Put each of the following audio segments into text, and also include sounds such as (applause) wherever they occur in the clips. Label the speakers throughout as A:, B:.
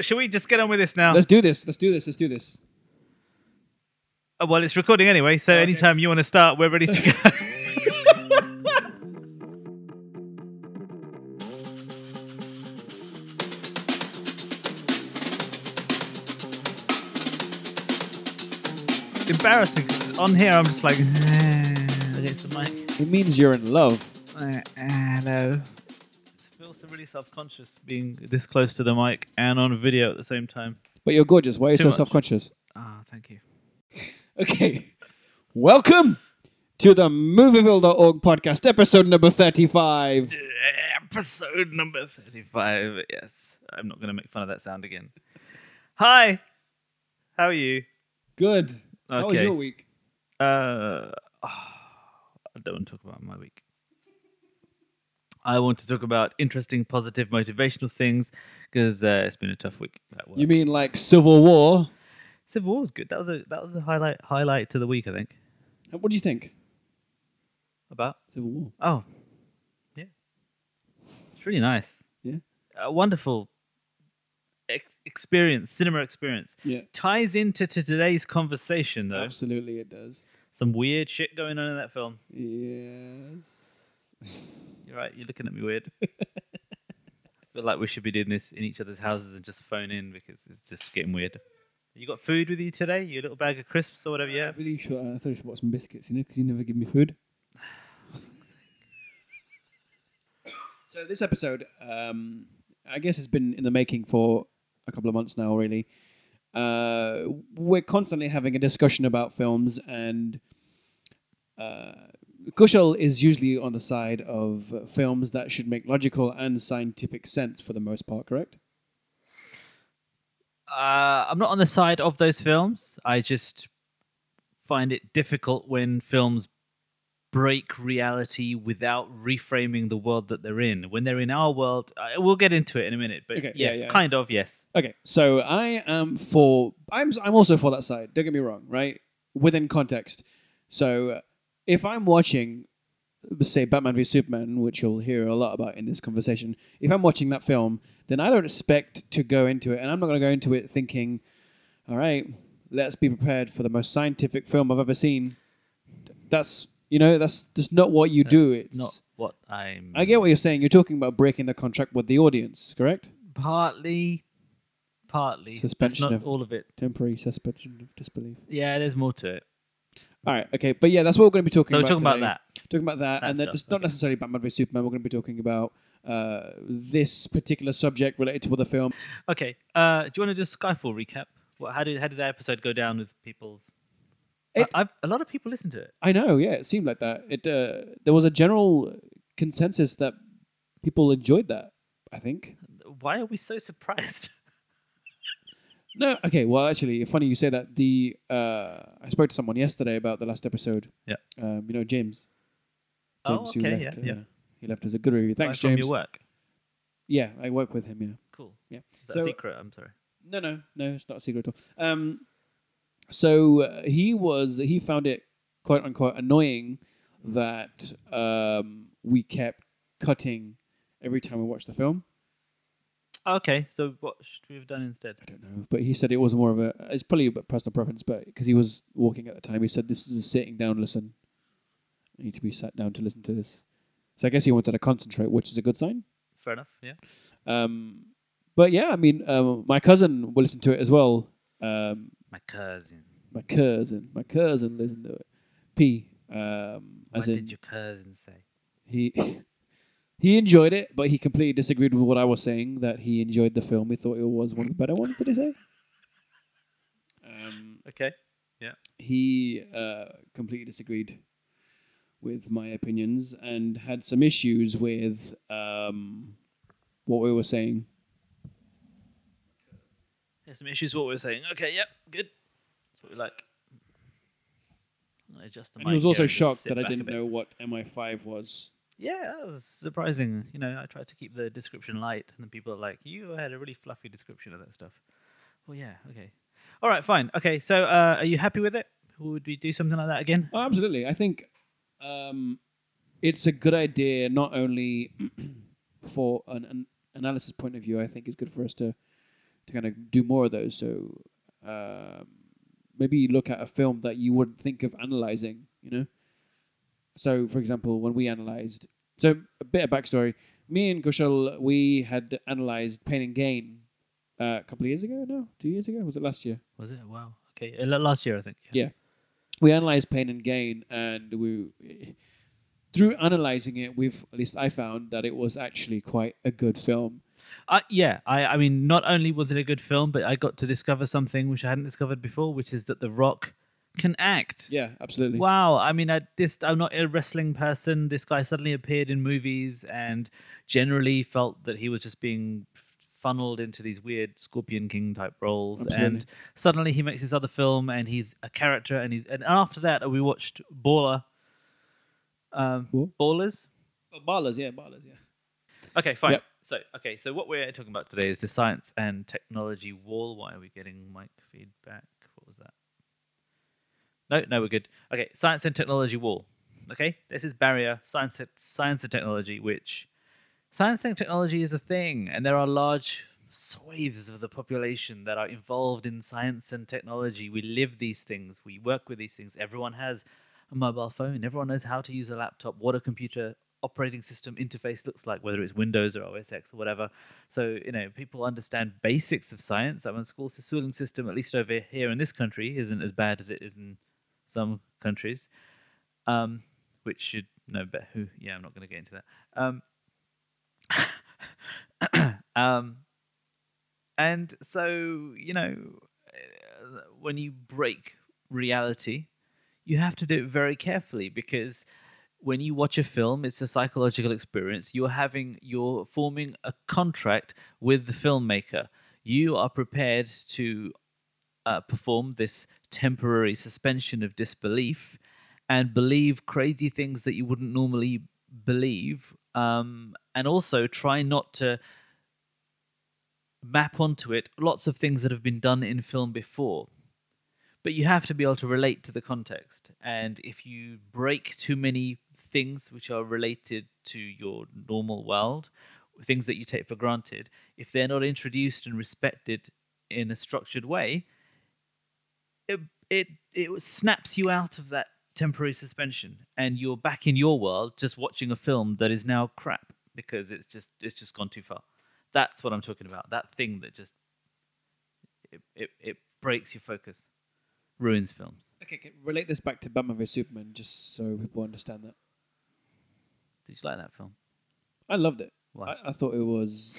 A: Should we just get on with this now?
B: Let's do this. Let's do this. Let's do this.
A: Uh, well, it's recording anyway, so anytime you want to start, we're ready (laughs) to go. It's embarrassing 'cause on here I'm just like against the mic.
B: It means you're in love.
A: Uh, hello. It feels really self-conscious being this close to the mic and on video at the same time.
B: But you're gorgeous. Why are you
A: It's
B: so
A: too much.
B: self conscious?
A: Ah, thank you.
B: Okay. Welcome to the Movieville.org podcast, episode number 35.
A: Episode number 35. Yes. I'm not going to make fun of that sound again. Hi. How are you?
B: Good. How was
A: Okay.
B: your week?
A: Uh, (sighs) I don't want to talk about my week. I want to talk about interesting, positive, motivational things because uh, it's been a tough week. At work.
B: You mean like Civil War?
A: Civil War was good. That was a that was the highlight highlight to the week. I think
B: What do you think?
A: about
B: Civil War.
A: Oh, yeah. It's really nice.
B: Yeah.
A: A wonderful ex- experience, cinema experience.
B: Yeah.
A: Ties into to today's conversation, though.
B: Absolutely, it does.
A: Some weird shit going on in that film.
B: Yes.
A: You're right, you're looking at me weird. (laughs) I feel like we should be doing this in each other's houses and just phone in because it's just getting weird. You got food with you today? Your little bag of crisps or whatever you
B: I'm
A: have?
B: really sure. uh, I thought I should bought some biscuits, you know, because you never give me food. so this episode, um, I guess, has been in the making for a couple of months now. Really, uh, we're constantly having a discussion about films, and uh, Kushal is usually on the side of uh, films that should make logical and scientific sense for the most part. Correct?
A: Uh, I'm not on the side of those films. I just find it difficult when films break reality without reframing the world that they're in. When they're in our world, I, we'll get into it in a minute. But
B: Okay, yeah,
A: yes,
B: yeah.
A: kind of yes.
B: Okay, so I am for I'm I'm also for that side. Don't get me wrong, right? Within context. So uh, if I'm watching say Batman v Superman, which you'll hear a lot about in this conversation, if I'm watching that film, then I don't expect to go into it and I'm not going to go into it thinking, all right, let's be prepared for the most scientific film I've ever seen. That's you know, that's just not what you do.
A: That's
B: It's
A: not what I'm.
B: I get what you're saying. You're talking about breaking the contract with the audience, correct?
A: partly, partly. That's
B: Suspension
A: not
B: of-
A: all of it.
B: Temporary suspension of disbelief.
A: Yeah, there's more to it.
B: All right, okay, but yeah, that's what we're going to be talking
A: So we're
B: about.
A: talking about
B: today.
A: that.
B: Talking about that,
A: That
B: and that
A: stuff,
B: it's not
A: okay.
B: necessarily Batman v Superman. We're going to be talking about uh, this particular subject related to other film.
A: Okay. Uh, do you want to do a Skyfall recap? What, how did how did that episode go down with people's? I-
B: It-
A: I've, a lot of people listened to it.
B: I know, yeah, it seemed like that. It uh, there was a general consensus that people enjoyed that. I think.
A: Why are we so surprised? (laughs)
B: No, okay. Well, actually, funny you say that. The uh, I spoke to someone yesterday about the last episode.
A: Yeah.
B: Um, you know, James.
A: Oh,
B: who
A: okay,
B: left,
A: yeah, yeah.
B: uh, He left us a good review. Thanks,
A: Like From
B: James.
A: your work.
B: Yeah, I work with him. Yeah.
A: Cool.
B: Yeah.
A: Is that
B: So-
A: secret? I'm sorry.
B: No, no, no. It's not a secret at all. Um, so uh, he was he found it quote unquote annoying that um, we kept cutting every time we watched the film.
A: Okay. So what should we have done instead?
B: I don't know, but he said it was more of a it's probably a personal preference, but because he was walking at the time, he said this is a sitting down listen. I need to be sat down to listen to this. So I guess he wanted to concentrate, which is a good sign.
A: Fair enough. Yeah.
B: Um, but yeah, I mean, um, my cousin will listen to it as well. Um,
A: My cousin.
B: my cousin, my cousin listened to it. P, um, as
A: What
B: in
A: did your cousin say?
B: he (laughs) he enjoyed it, but he completely disagreed with what I was saying. That he enjoyed the film, he thought it was one of the better ones. Did he say? Um,
A: Okay.
B: he uh, completely disagreed with my opinions and had some issues with um, what we were saying.
A: There's some issues with what we are saying. Okay. Yep. Good. That's what we like. I adjust the
B: And he
A: mic
B: was
A: here
B: also
A: and just
B: shocked
A: sit
B: that I
A: back a
B: didn't
A: bit.
B: know what MI5 was.
A: Yeah, that was surprising. You know, I tried to keep the description light, and then people are like, "You had a really fluffy description of that stuff." Well, yeah. Okay. All right. Fine. Okay. So, uh, are you happy with it? Would we do something like that again?
B: Oh, absolutely. I think um, it's a good idea, not (clears throat) only for an, an analysis point of view. I think it's good for us to to kind of do more of those. So um, maybe look at a film that you wouldn't think of analyzing. You know. So, for example, when we analyzed, so a bit of backstory. Me and Kushal, we had analyzed Pain and Gain uh, a couple of years ago. No, two years ago. Was it last year?
A: Was it? Wow. Okay. Uh, la- Last year, I think.
B: Yeah. we analyzed pain and gain and we through analyzing it we've at least i found that it was actually quite a good film
A: Uh, yeah. I, I mean, not only was it a good film, but I got to discover something which I hadn't discovered before, which is that The Rock can act.
B: yeah absolutely
A: Wow, I mean, I this I'm not a wrestling person. This guy suddenly appeared in movies, and generally felt that he was just being funneled into these weird Scorpion King type roles.
B: Absolutely.
A: And suddenly he makes this other film, and he's a character. And he's and after that, we watched Baller. Um,
B: What?
A: Ballers.
B: ballers yeah ballers yeah
A: Okay, fine.
B: Yep.
A: So okay, so what we're talking about today is the science and technology wall. Why are we getting mic feedback? What was that? No, no, we're good. Okay, science and technology wall. Okay, this is barrier science, and- science and technology, which science and technology is a thing, and there are large swathes of the population that are involved in science and technology. We live these things, we work with these things. Everyone has a mobile phone, everyone knows how to use a laptop, what a computer operating system interface looks like, whether it's Windows or OS X or whatever. So, you know, people understand basics of science. I mean, school the schooling system, at least over here in this country, isn't as bad as it is in some countries, um, which should know better. Who? Yeah, I'm not going to get into that. Um, (coughs) um, and so, you know, uh, when you break reality, you have to do it very carefully because when you watch a film, it's a psychological experience. You're having, you're forming a contract with the filmmaker. You are prepared to uh, perform this temporary suspension of disbelief and believe crazy things that you wouldn't normally believe. Um, and also try not to map onto it lots of things that have been done in film before. But you have to be able to relate to the context. And if you break too many things which are related to your normal world, things that you take for granted, if they're not introduced and respected in a structured way, it it, it snaps you out of that temporary suspension and you're back in your world just watching a film that is now crap because it's just it's just gone too far that's what i'm talking about that thing that just it, it, it breaks your focus ruins films
B: okay, okay relate this back to batman vs superman just so people understand that
A: did you like that film
B: i loved it
A: Why?
B: I, I thought it was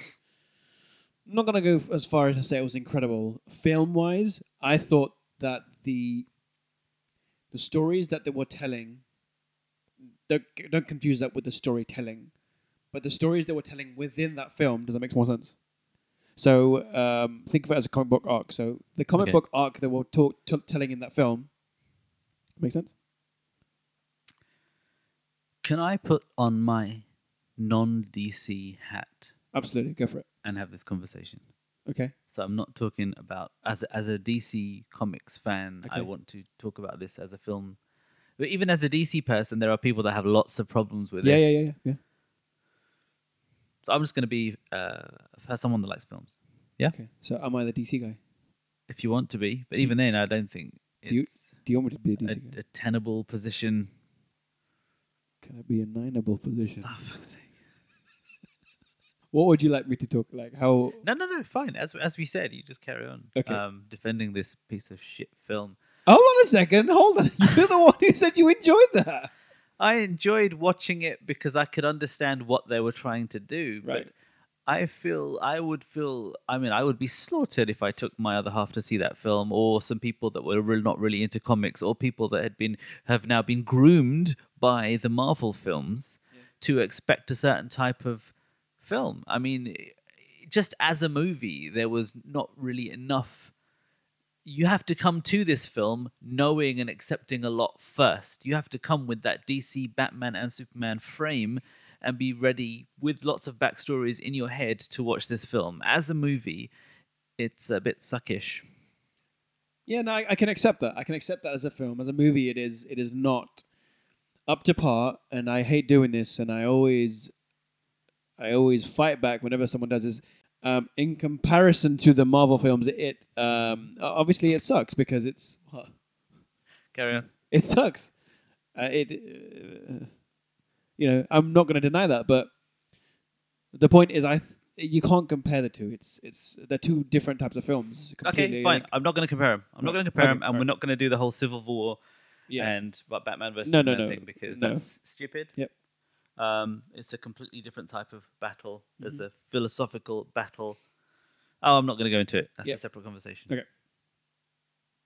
B: I'm not gonna go as far as to say it was incredible film wise. I thought that the the stories that they were telling don't, don't confuse that with the storytelling, but the stories they were telling within that film does that make more sense? So um, think of it as a comic book arc. So the comic
A: Okay.
B: book arc that we're talk, t- telling in that film make sense.
A: can i put on my non-dc hat
B: Absolutely, go for it.
A: and have this conversation
B: Okay,
A: So I'm not talking about as a, as a DC comics fan. I
B: Okay.
A: want to talk about this as a film, but even as a DC person, there are people that have lots of problems with
B: yeah,
A: this.
B: yeah, yeah, yeah, yeah.
A: So I'm just going to be uh, for someone that likes films,
B: Okay, so am I the DC guy?
A: if you want to be. But even then, I don't think
B: Mm-hmm. Do you-
A: it's
B: Do you want me to be a DC
A: a,
B: guy?
A: a tenable position. (laughs)
B: Can I be a nineable position?
A: Oh, fuck's sake.
B: What would you like me to talk like? How?
A: No, no, no. Fine. As as we said, you just carry on
B: Okay.
A: um, defending this piece of shit film.
B: Hold on a second. Hold on. (laughs) You're the one who said you enjoyed that.
A: I enjoyed watching it because I could understand what they were trying to do.
B: Right.
A: But I feel I would feel I mean I would be slaughtered if I took my other half to see that film or some people that were really not really into comics or people that had been have now been groomed by the Marvel films to expect a certain type of film. I mean just as a movie there was not really enough you have to come to this film knowing and accepting a lot first. You have to come with that DC Batman and Superman frame and be ready with lots of backstories in your head to watch this film. As a movie, it's a bit suckish.
B: Yeah, no, I, I can accept that. I can accept that as a film, as a movie. It is. It is not up to par, and I hate doing this. And I always, I always fight back whenever someone does this. um, in comparison to the Marvel films, it um, obviously it sucks because it's
A: Carry on.
B: it sucks. Uh, it, uh, you know, I'm not going to deny that, but the point is, I you can't compare the two. It's it's they're two different types of films.
A: Okay,
B: completely,
A: fine.
B: like-
A: I'm not going to compare them. I'm not
B: Right.
A: going to compare
B: Okay,
A: them, and
B: right.
A: we're not going to do the whole Civil War
B: yeah,
A: and what Batman versus
B: No, no,
A: Superman
B: no.
A: thing because
B: No.
A: that's stupid.
B: Yep.
A: Um, it's a completely different type of battle. There's
B: Mm-hmm.
A: a philosophical battle. Oh, I'm not going to go into it. That's
B: Yep.
A: a separate conversation.
B: Okay.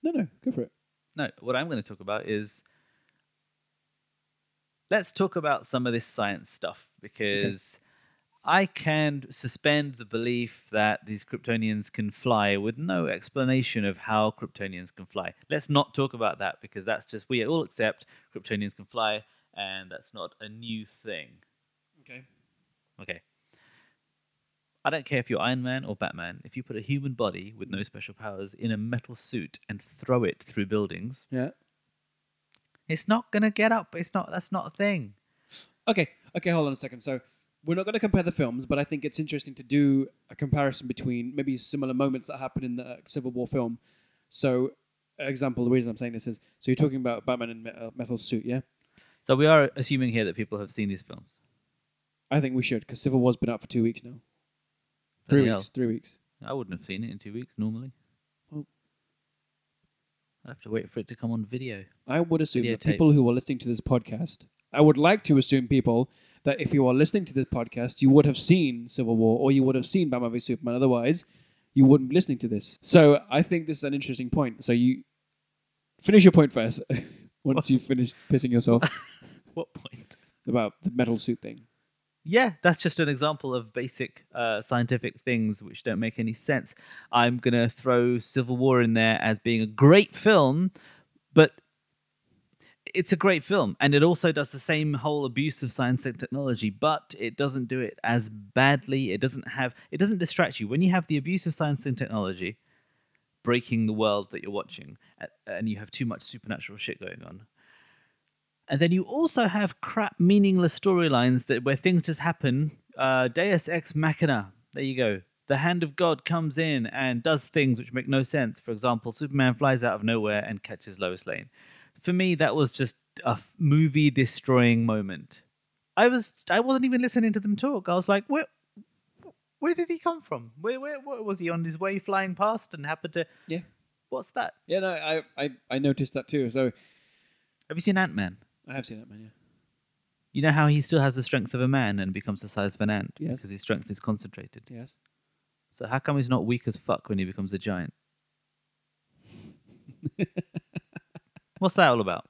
B: no, no, go for it.
A: No, what I'm going to talk about is let's talk about some of this science stuff because I can suspend the belief that these Kryptonians can fly with no explanation of how Kryptonians can fly. Let's not talk about that because that's just we all accept Kryptonians can fly and that's not a new thing.
B: Okay.
A: Okay. I don't care if you're Iron Man or Batman. If you put a human body with no special powers in a metal suit and throw it through buildings,
B: Yeah.
A: it's not gonna get up. It's not. That's not a thing.
B: Okay. Okay. Hold on a second. So we're not going to compare the films, but I think it's interesting to do a comparison between maybe similar moments that happen in the uh, Civil War film. So, example. The reason I'm saying this is so you're talking about Batman in me- uh, metal suit, yeah?
A: So we are assuming here that people have seen these films.
B: I think we should because Civil War's been out for two weeks now. Three
A: Bloody
B: weeks. Three weeks.
A: hell. I wouldn't have seen it in two weeks normally.
B: Well-
A: I'd have to wait for it to come on video.
B: I would assume that
A: Videotape.
B: people who are listening to this podcast, I would like to assume people that if you are listening to this podcast, you would have seen Civil War or you would have seen Batman v Superman. Otherwise, you wouldn't be listening to this. So I think this is an interesting point. So you finish your point first. (laughs) Once you've finished pissing
A: (laughs)
B: yourself
A: What point?
B: about the metal suit thing.
A: Yeah, that's just an example of basic uh, scientific things which don't make any sense. I'm gonna throw Civil War in there as being a great film, but it's a great film, and it also does the same whole abuse of science and technology, but it doesn't do it as badly. It doesn't have it doesn't distract you when you have the abuse of science and technology breaking the world that you're watching, a- and you have too much supernatural shit going on. And then you also have crap, meaningless storylines that where things just happen. Uh, Deus ex machina. There you go. The hand of God comes in and does things which make no sense. For example, Superman flies out of nowhere and catches Lois Lane. For me, that was just a movie destroying moment. I was I wasn't even listening to them talk. I was like, where where did he come from? Where where, where was he on his way flying past and happened to?
B: Yeah.
A: What's that?
B: Yeah, no, I, I, I noticed that too. So
A: Have you seen Ant Man?
B: I have seen that, man. Yeah.
A: You know how he still has the strength of a man and becomes the size of an ant
B: Yes.
A: because his strength is concentrated.
B: Yes.
A: So how come he's not weak as fuck when he becomes a
B: (laughs)
A: giant? What's that all about?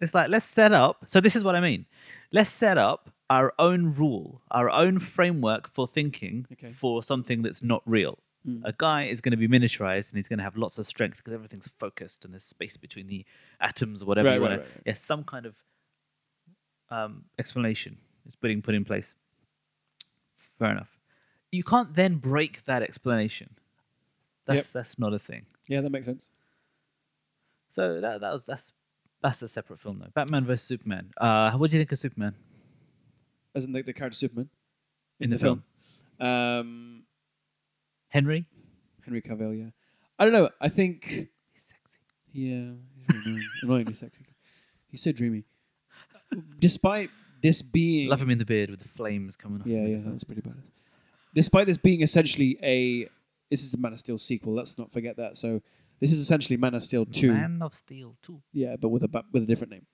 A: It's like let's set up. So this is what I mean. Let's set up our own rule, our own framework for thinking
B: Okay. Hmm.
A: for something that's not real. A guy is going to be miniaturized and he's going to have lots of strength because everything's focused and there's space between the atoms, whatever
B: Right,
A: you
B: right,
A: want
B: right, right.
A: Yeah, some kind of um, explanation is being put in place. Fair enough. You can't then break that explanation. That's that's not a thing.
B: Yeah, that makes sense.
A: So that that was that's that's a separate film though. Batman versus Superman. Uh, what do you think of Superman
B: As in the, the character Superman
A: in, the, film?
B: Um,
A: Henry.
B: Henry Cavill, yeah. I don't know. I think
A: He's sexy.
B: Yeah, he's really annoying. annoyingly sexy. He's so dreamy. Despite this being,
A: Love him in the beard with the flames coming off.
B: yeah,
A: him.
B: yeah, that was pretty badass. Despite this being essentially a, this is a Man of Steel sequel. Let's not forget that. So this is essentially Man of Steel two.
A: Man of Steel two.
B: Yeah, but with a ba- with a different name.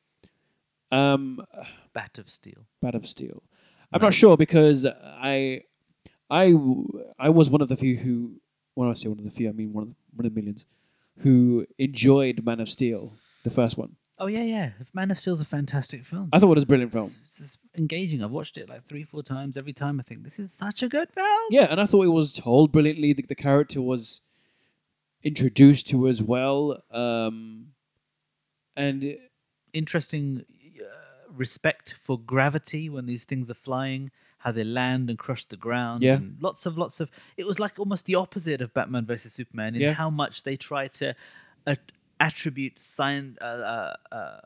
B: Um,
A: Bat of Steel.
B: Man of Steel. I'm not sure because I, I, w- I was one of the few who, when I say one of the few, I mean one of the, one of the millions, who enjoyed Man of Steel, the first one.
A: Oh yeah, yeah. Man of Steel's a fantastic film.
B: I thought it was a brilliant film.
A: It's just engaging. I've watched it like three, four times. Every time I think this is such a good film.
B: Yeah, and I thought it was told brilliantly. The, the character was introduced to as well, um, and it-
A: interesting uh, respect for gravity when these things are flying, how they land and crush the ground.
B: Yeah.
A: and lots of lots of. It was like almost the opposite of Batman versus Superman in
B: Yeah.
A: how much they try to uh, attribute science. Uh, uh, uh,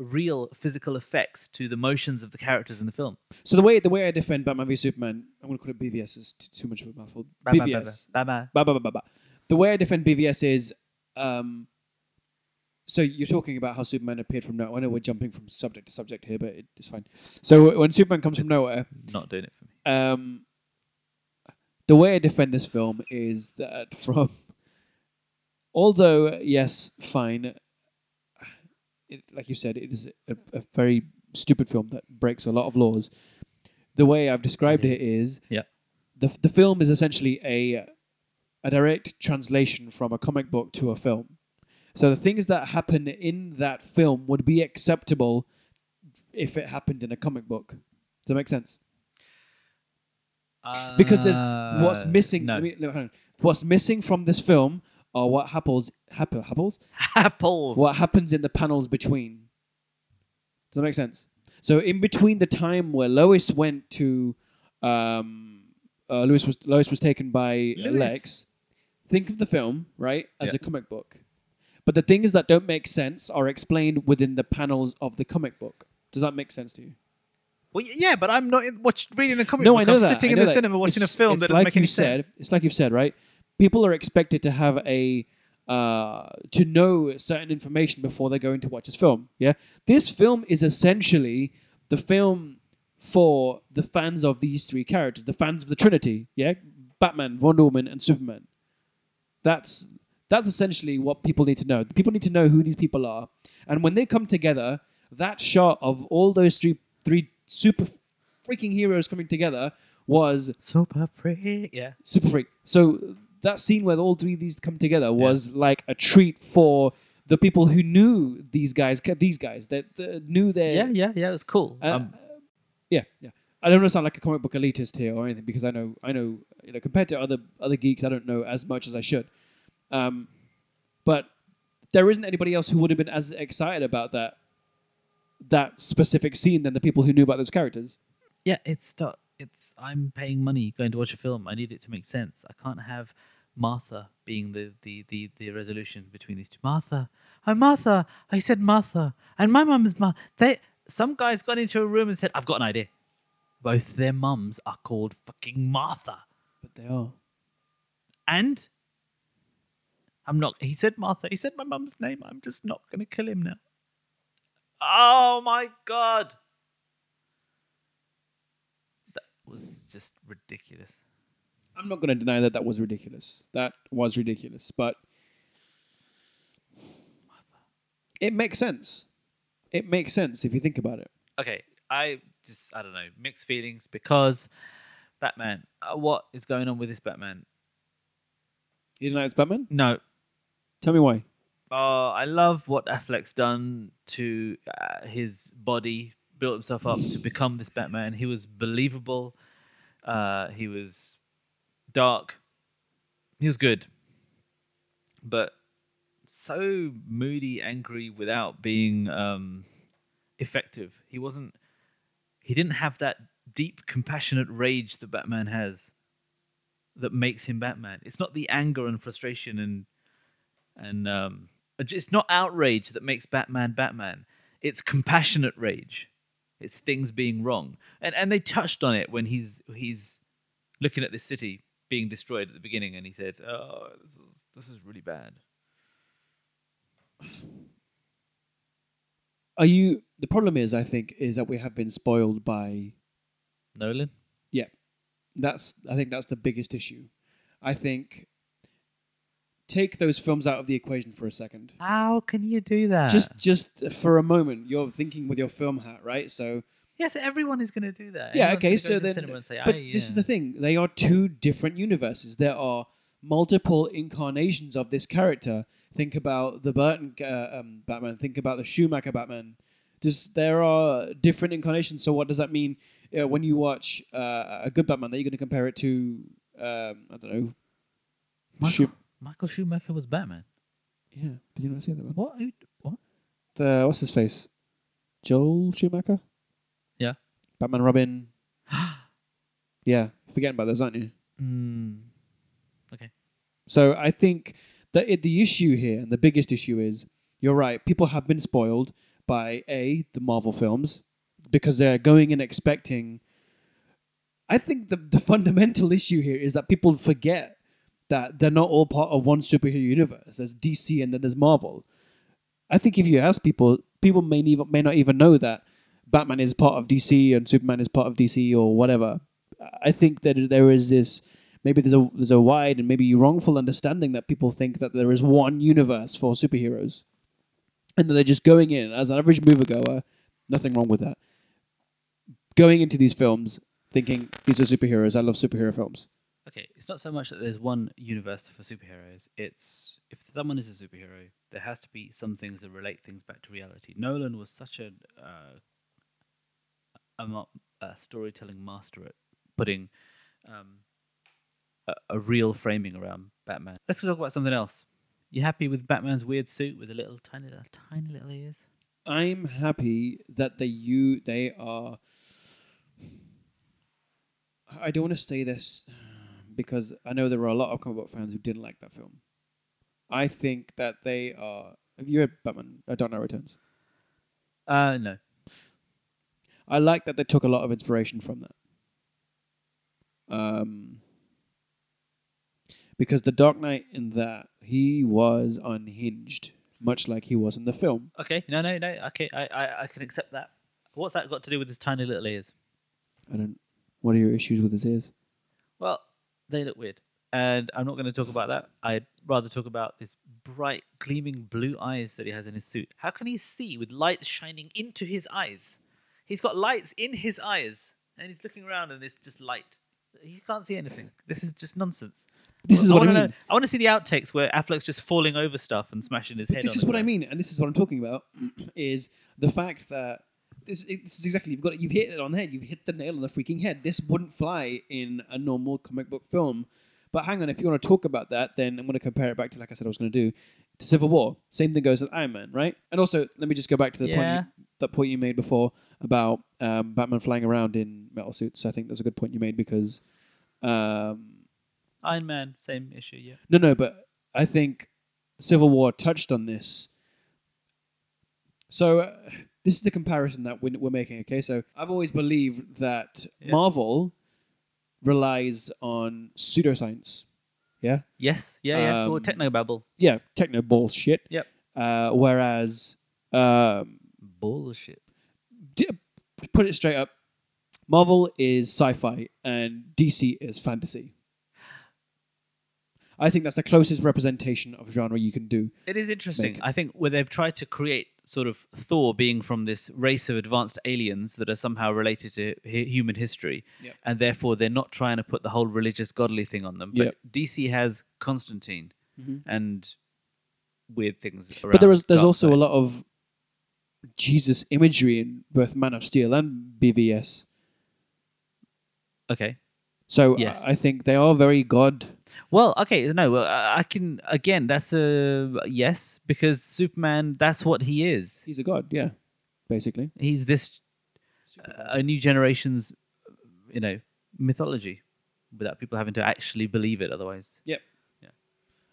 A: real physical effects to the motions of the characters in the film.
B: So the way the way I defend Batman v Superman, I'm going to call it BVS. It's t- too much of a mouthful.
A: Batman,
B: BVS.
A: Batman.
B: Ba, ba, ba, ba, ba. The way I defend BVS is, um, so you're talking about how Superman appeared from nowhere. I know we're jumping from subject to subject here, but it- it's fine. So when Superman comes from
A: It's-
B: nowhere,
A: Not doing it for me.
B: um, the way I defend this film is that (laughs) from, although yes, fine, it, like you said, it is a, a very stupid film that breaks a lot of laws. The way I've described
A: It
B: it is,
A: Yeah.
B: the the film is essentially a a direct translation from a comic book to a film. So the things that happen in that film would be acceptable if it happened in a comic book. Does that make sense? because there's what's
A: Uh,
B: missing.
A: No.
B: let me- let me- hang on. What's missing from this film are what happens. Happen, happens.
A: (laughs) Apples.
B: What happens in the panels between? Does that make sense? So in between the time where Lois went to, um, uh, Lois was Lois was taken by
A: Lois.
B: Lex. Think of the film right as
A: Yeah.
B: a comic book, but the things that don't make sense are explained within the panels of the comic book. Does that make sense to you?
A: Well, y- yeah, but I'm not in, watch, reading a comic
B: no,
A: book.
B: I know
A: I'm
B: that.
A: sitting
B: I
A: in
B: know
A: the
B: that.
A: cinema watching
B: It's-
A: a film
B: it's
A: that doesn't
B: like
A: make any
B: you've said,
A: sense.
B: It's like you've said, right? People are expected to have a uh, to know certain information before they're going to watch this film. Yeah, this film is essentially the film for the fans of these three characters, the fans of the Trinity. Yeah, Batman, Wonder Woman, and Superman. That's that's essentially what people need to know. People need to know who these people are, and when they come together, that shot of all those three three super freaking heroes coming together was
A: Super free. Yeah.
B: super freak. So that scene where all three of these come together was like a treat for the people who knew these guys. These guys that, that knew their
A: Yeah, yeah, yeah. It was cool.
B: uh,
A: um,
B: yeah, yeah. I don't want to sound like a comic book elitist here or anything because I know, I know, you know, compared to other other geeks, I don't know as much as I should. Um, but there isn't anybody else who would have been as excited about that that specific scene than the people who knew about those characters.
A: yeah, it's stu- It's I'm paying money going to watch a film. I need it to make sense. I can't have Martha being the the the, the resolution between these two. Martha, I'm Martha. I said Martha, and my mum is Martha. They some guys got into a room and said, "I've got an idea." Both their mums are called fucking Martha.
B: But they are.
A: And I'm not. He said Martha. He said my mum's name. I'm just not going to kill him now. Oh my god. That was just ridiculous.
B: I'm not going to deny that that was ridiculous. That was ridiculous, but it makes sense. It makes sense if you think about it.
A: Okay, I just I don't know mixed feelings because Batman. Uh, what is going on with this Batman?
B: You deny it's Batman?
A: No,
B: Tell me why.
A: Oh, I love what Affleck's done to uh, his body, built himself up to become this Batman. He was believable. Uh, he was dark. He was good. But so moody, angry without being um, effective. He wasn't. He didn't have that deep, compassionate rage that Batman has that makes him Batman. It's not the anger and frustration and and um, it's not outrage that makes Batman Batman. It's compassionate rage. It's things being wrong, and and they touched on it when he's he's looking at this city being destroyed at the beginning, and he says, "Oh, this is this is really bad."
B: Are you the problem is I think is that we have been spoiled by
A: Nolan,
B: that's I think that's the biggest issue. I think take those films out of the equation for a second.
A: how can you do that?
B: Just just for a moment, you're thinking with your film hat, right? So
A: yes, everyone is going to do that.
B: Yeah,
A: Everyone's
B: okay,
A: gonna go
B: so
A: to the
B: then-
A: cinema and say,
B: But
A: "Ah,
B: this is
A: yeah."
B: the thing. They are two different universes. There are multiple incarnations of this character. Think about the Burton uh, um, Batman. Think about the Schumacher Batman. Just there are different incarnations. So what does that mean uh, when you watch uh, a good Batman? That you're going to compare it to um, I don't know.
A: Michael,
B: Schum-
A: Michael Schumacher was Batman.
B: yeah, did you not see that one?
A: What? Who- What?
B: The, what's his face? Joel Schumacher.
A: Yeah.
B: Batman
A: (gasps)
B: Robin. yeah, forgetting about those, aren't you?
A: Mm,
B: So I think that it, the issue here, and the biggest issue is, you're right. People have been spoiled by a the Marvel films because they're going and expecting. I think the the fundamental issue here is that people forget that they're not all part of one superhero universe. There's DC and then there's Marvel. I think if you ask people, people may even may not even know that Batman is part of DC and Superman is part of DC or whatever. I think that there is this maybe there's a there's a wide and maybe wrongful understanding that people think that there is one universe for superheroes, and that they're just going in as an average moviegoer. Nothing wrong with that. Going into these films thinking these are superheroes. I love superhero films.
A: Okay, it's not so much that there's one universe for superheroes. It's if someone is a superhero, there has to be some things that relate things back to reality. Nolan was such a uh, a, ma- a storytelling master at putting um, a, a real framing around Batman. Let's talk about something else. You happy with Batman's weird suit with the little tiny little tiny little ears?
B: I'm happy that they you they are. I don't want to say this because I know there were a lot of comic book fans who didn't like that film. I think that they are. Have you read Batman? I don't know Returns.
A: Uh, no.
B: I like that they took a lot of inspiration from that. Um, because the Dark Knight in that he was unhinged, much like he was in the film.
A: Okay, no, no, no. Okay, I, I, I can accept that. What's that got to do with his tiny little ears?
B: I don't. What are your issues with his ears?
A: Well, they look weird. And I'm not going to talk about that. I'd rather talk about this bright, gleaming blue eyes that he has in his suit. How can he see with lights shining into his eyes? He's got lights in his eyes, and he's looking around, and it's just light. He can't see anything. This is just nonsense.
B: This is what I
A: wanna
B: mean.
A: Know, I want to see the outtakes where Affleck's just falling over stuff and smashing his
B: But
A: head.
B: this
A: on
B: is what I
A: everywhere.
B: mean, and this is what I'm talking about, (clears throat) is the fact that this, it- this is exactly you've got you've hit it on the head. You've hit the nail on the freaking head. This wouldn't fly in a normal comic book film. But hang on, if you want to talk about that, then I'm going to compare it back to like I said I was going to do to Civil War. Same thing goes with Iron Man, right? And also, let me just go back to the
A: Yeah.
B: point you, that point you made before about um, Batman flying around in metal suits. I think that's a good point you made because. Um,
A: Iron Man, same issue. Yeah.
B: no, no, but I think Civil War touched on this. So uh, this is the comparison that we're, we're making. Okay, so I've always believed that
A: Yeah.
B: Marvel relies on pseudoscience. Yeah,
A: Yes. Yeah. Yeah. well,
B: Um,
A: techno babble.
B: yeah, techno bullshit.
A: Yep.
B: Uh, whereas, um,
A: Bullshit.
B: d- put it straight up, Marvel is sci-fi and DC is fantasy. I think that's the closest representation of genre you can do.
A: It is interesting.
B: Make-
A: I think where they've tried to create sort of Thor being from this race of advanced aliens that are somehow related to hi- human history,
B: Yep.
A: and therefore they're not trying to put the whole religious godly thing on them. But
B: Yep.
A: DC has Constantine
B: Mhm.
A: and weird things. Around
B: but there was there's
A: dark
B: also a
A: side.
B: lot of Jesus imagery in both Man of Steel and BVS.
A: Okay.
B: So uh,
A: Yes.
B: I, I think they are very God.
A: Well, okay, no, well, I I can again. That's a yes because Superman. That's what he is.
B: He's a God, yeah, basically.
A: He's this uh, a new generation's, you know, mythology, without people having to actually believe it. Otherwise,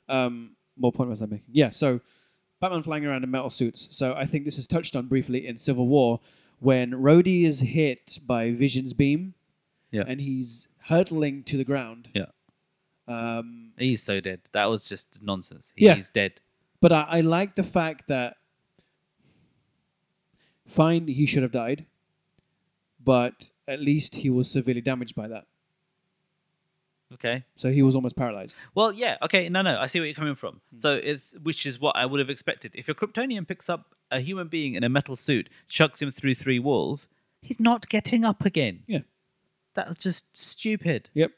B: Um, what point was I making? Yeah, so Batman flying around in metal suits. So I think this is touched on briefly in Civil War when Rhodey is hit by Vision's beam,
A: Yeah.
B: and he's hurtling to the ground.
A: Yeah.
B: Um,
A: He's so dead. That was just nonsense. He,
B: Yeah.
A: He's dead.
B: But I, I like the fact that fine, he should have died, but at least he was severely damaged by that.
A: Okay.
B: So he was almost paralyzed.
A: Well, yeah. Okay. No, no. I see where you're coming from. So it's which is what I would have expected. If a Kryptonian picks up a human being in a metal suit, chucks him through three walls, he's not getting up again.
B: Yeah.
A: That's just stupid.
B: Yep.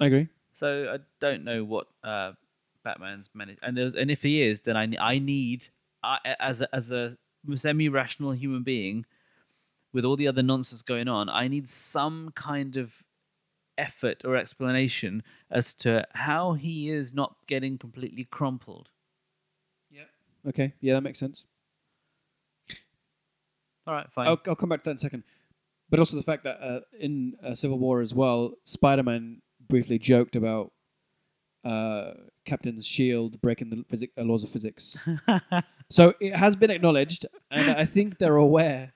B: I agree.
A: So I don't know what uh, Batman's managed, and there's, and if he is, then I ne- I need I, as a, as a semi-rational human being with all the other nonsense going on, I need some kind of effort or explanation as to how he is not getting completely crumpled.
B: Okay. Yeah, that makes sense.
A: All right, fine.
B: I'll, I'll come back to that in a second. But also the fact that uh, in uh, Civil War as well, Spider Man briefly joked about uh, Captain's shield breaking the physic- uh, laws
A: (laughs)
B: of physics. So it has been acknowledged, and I think they're aware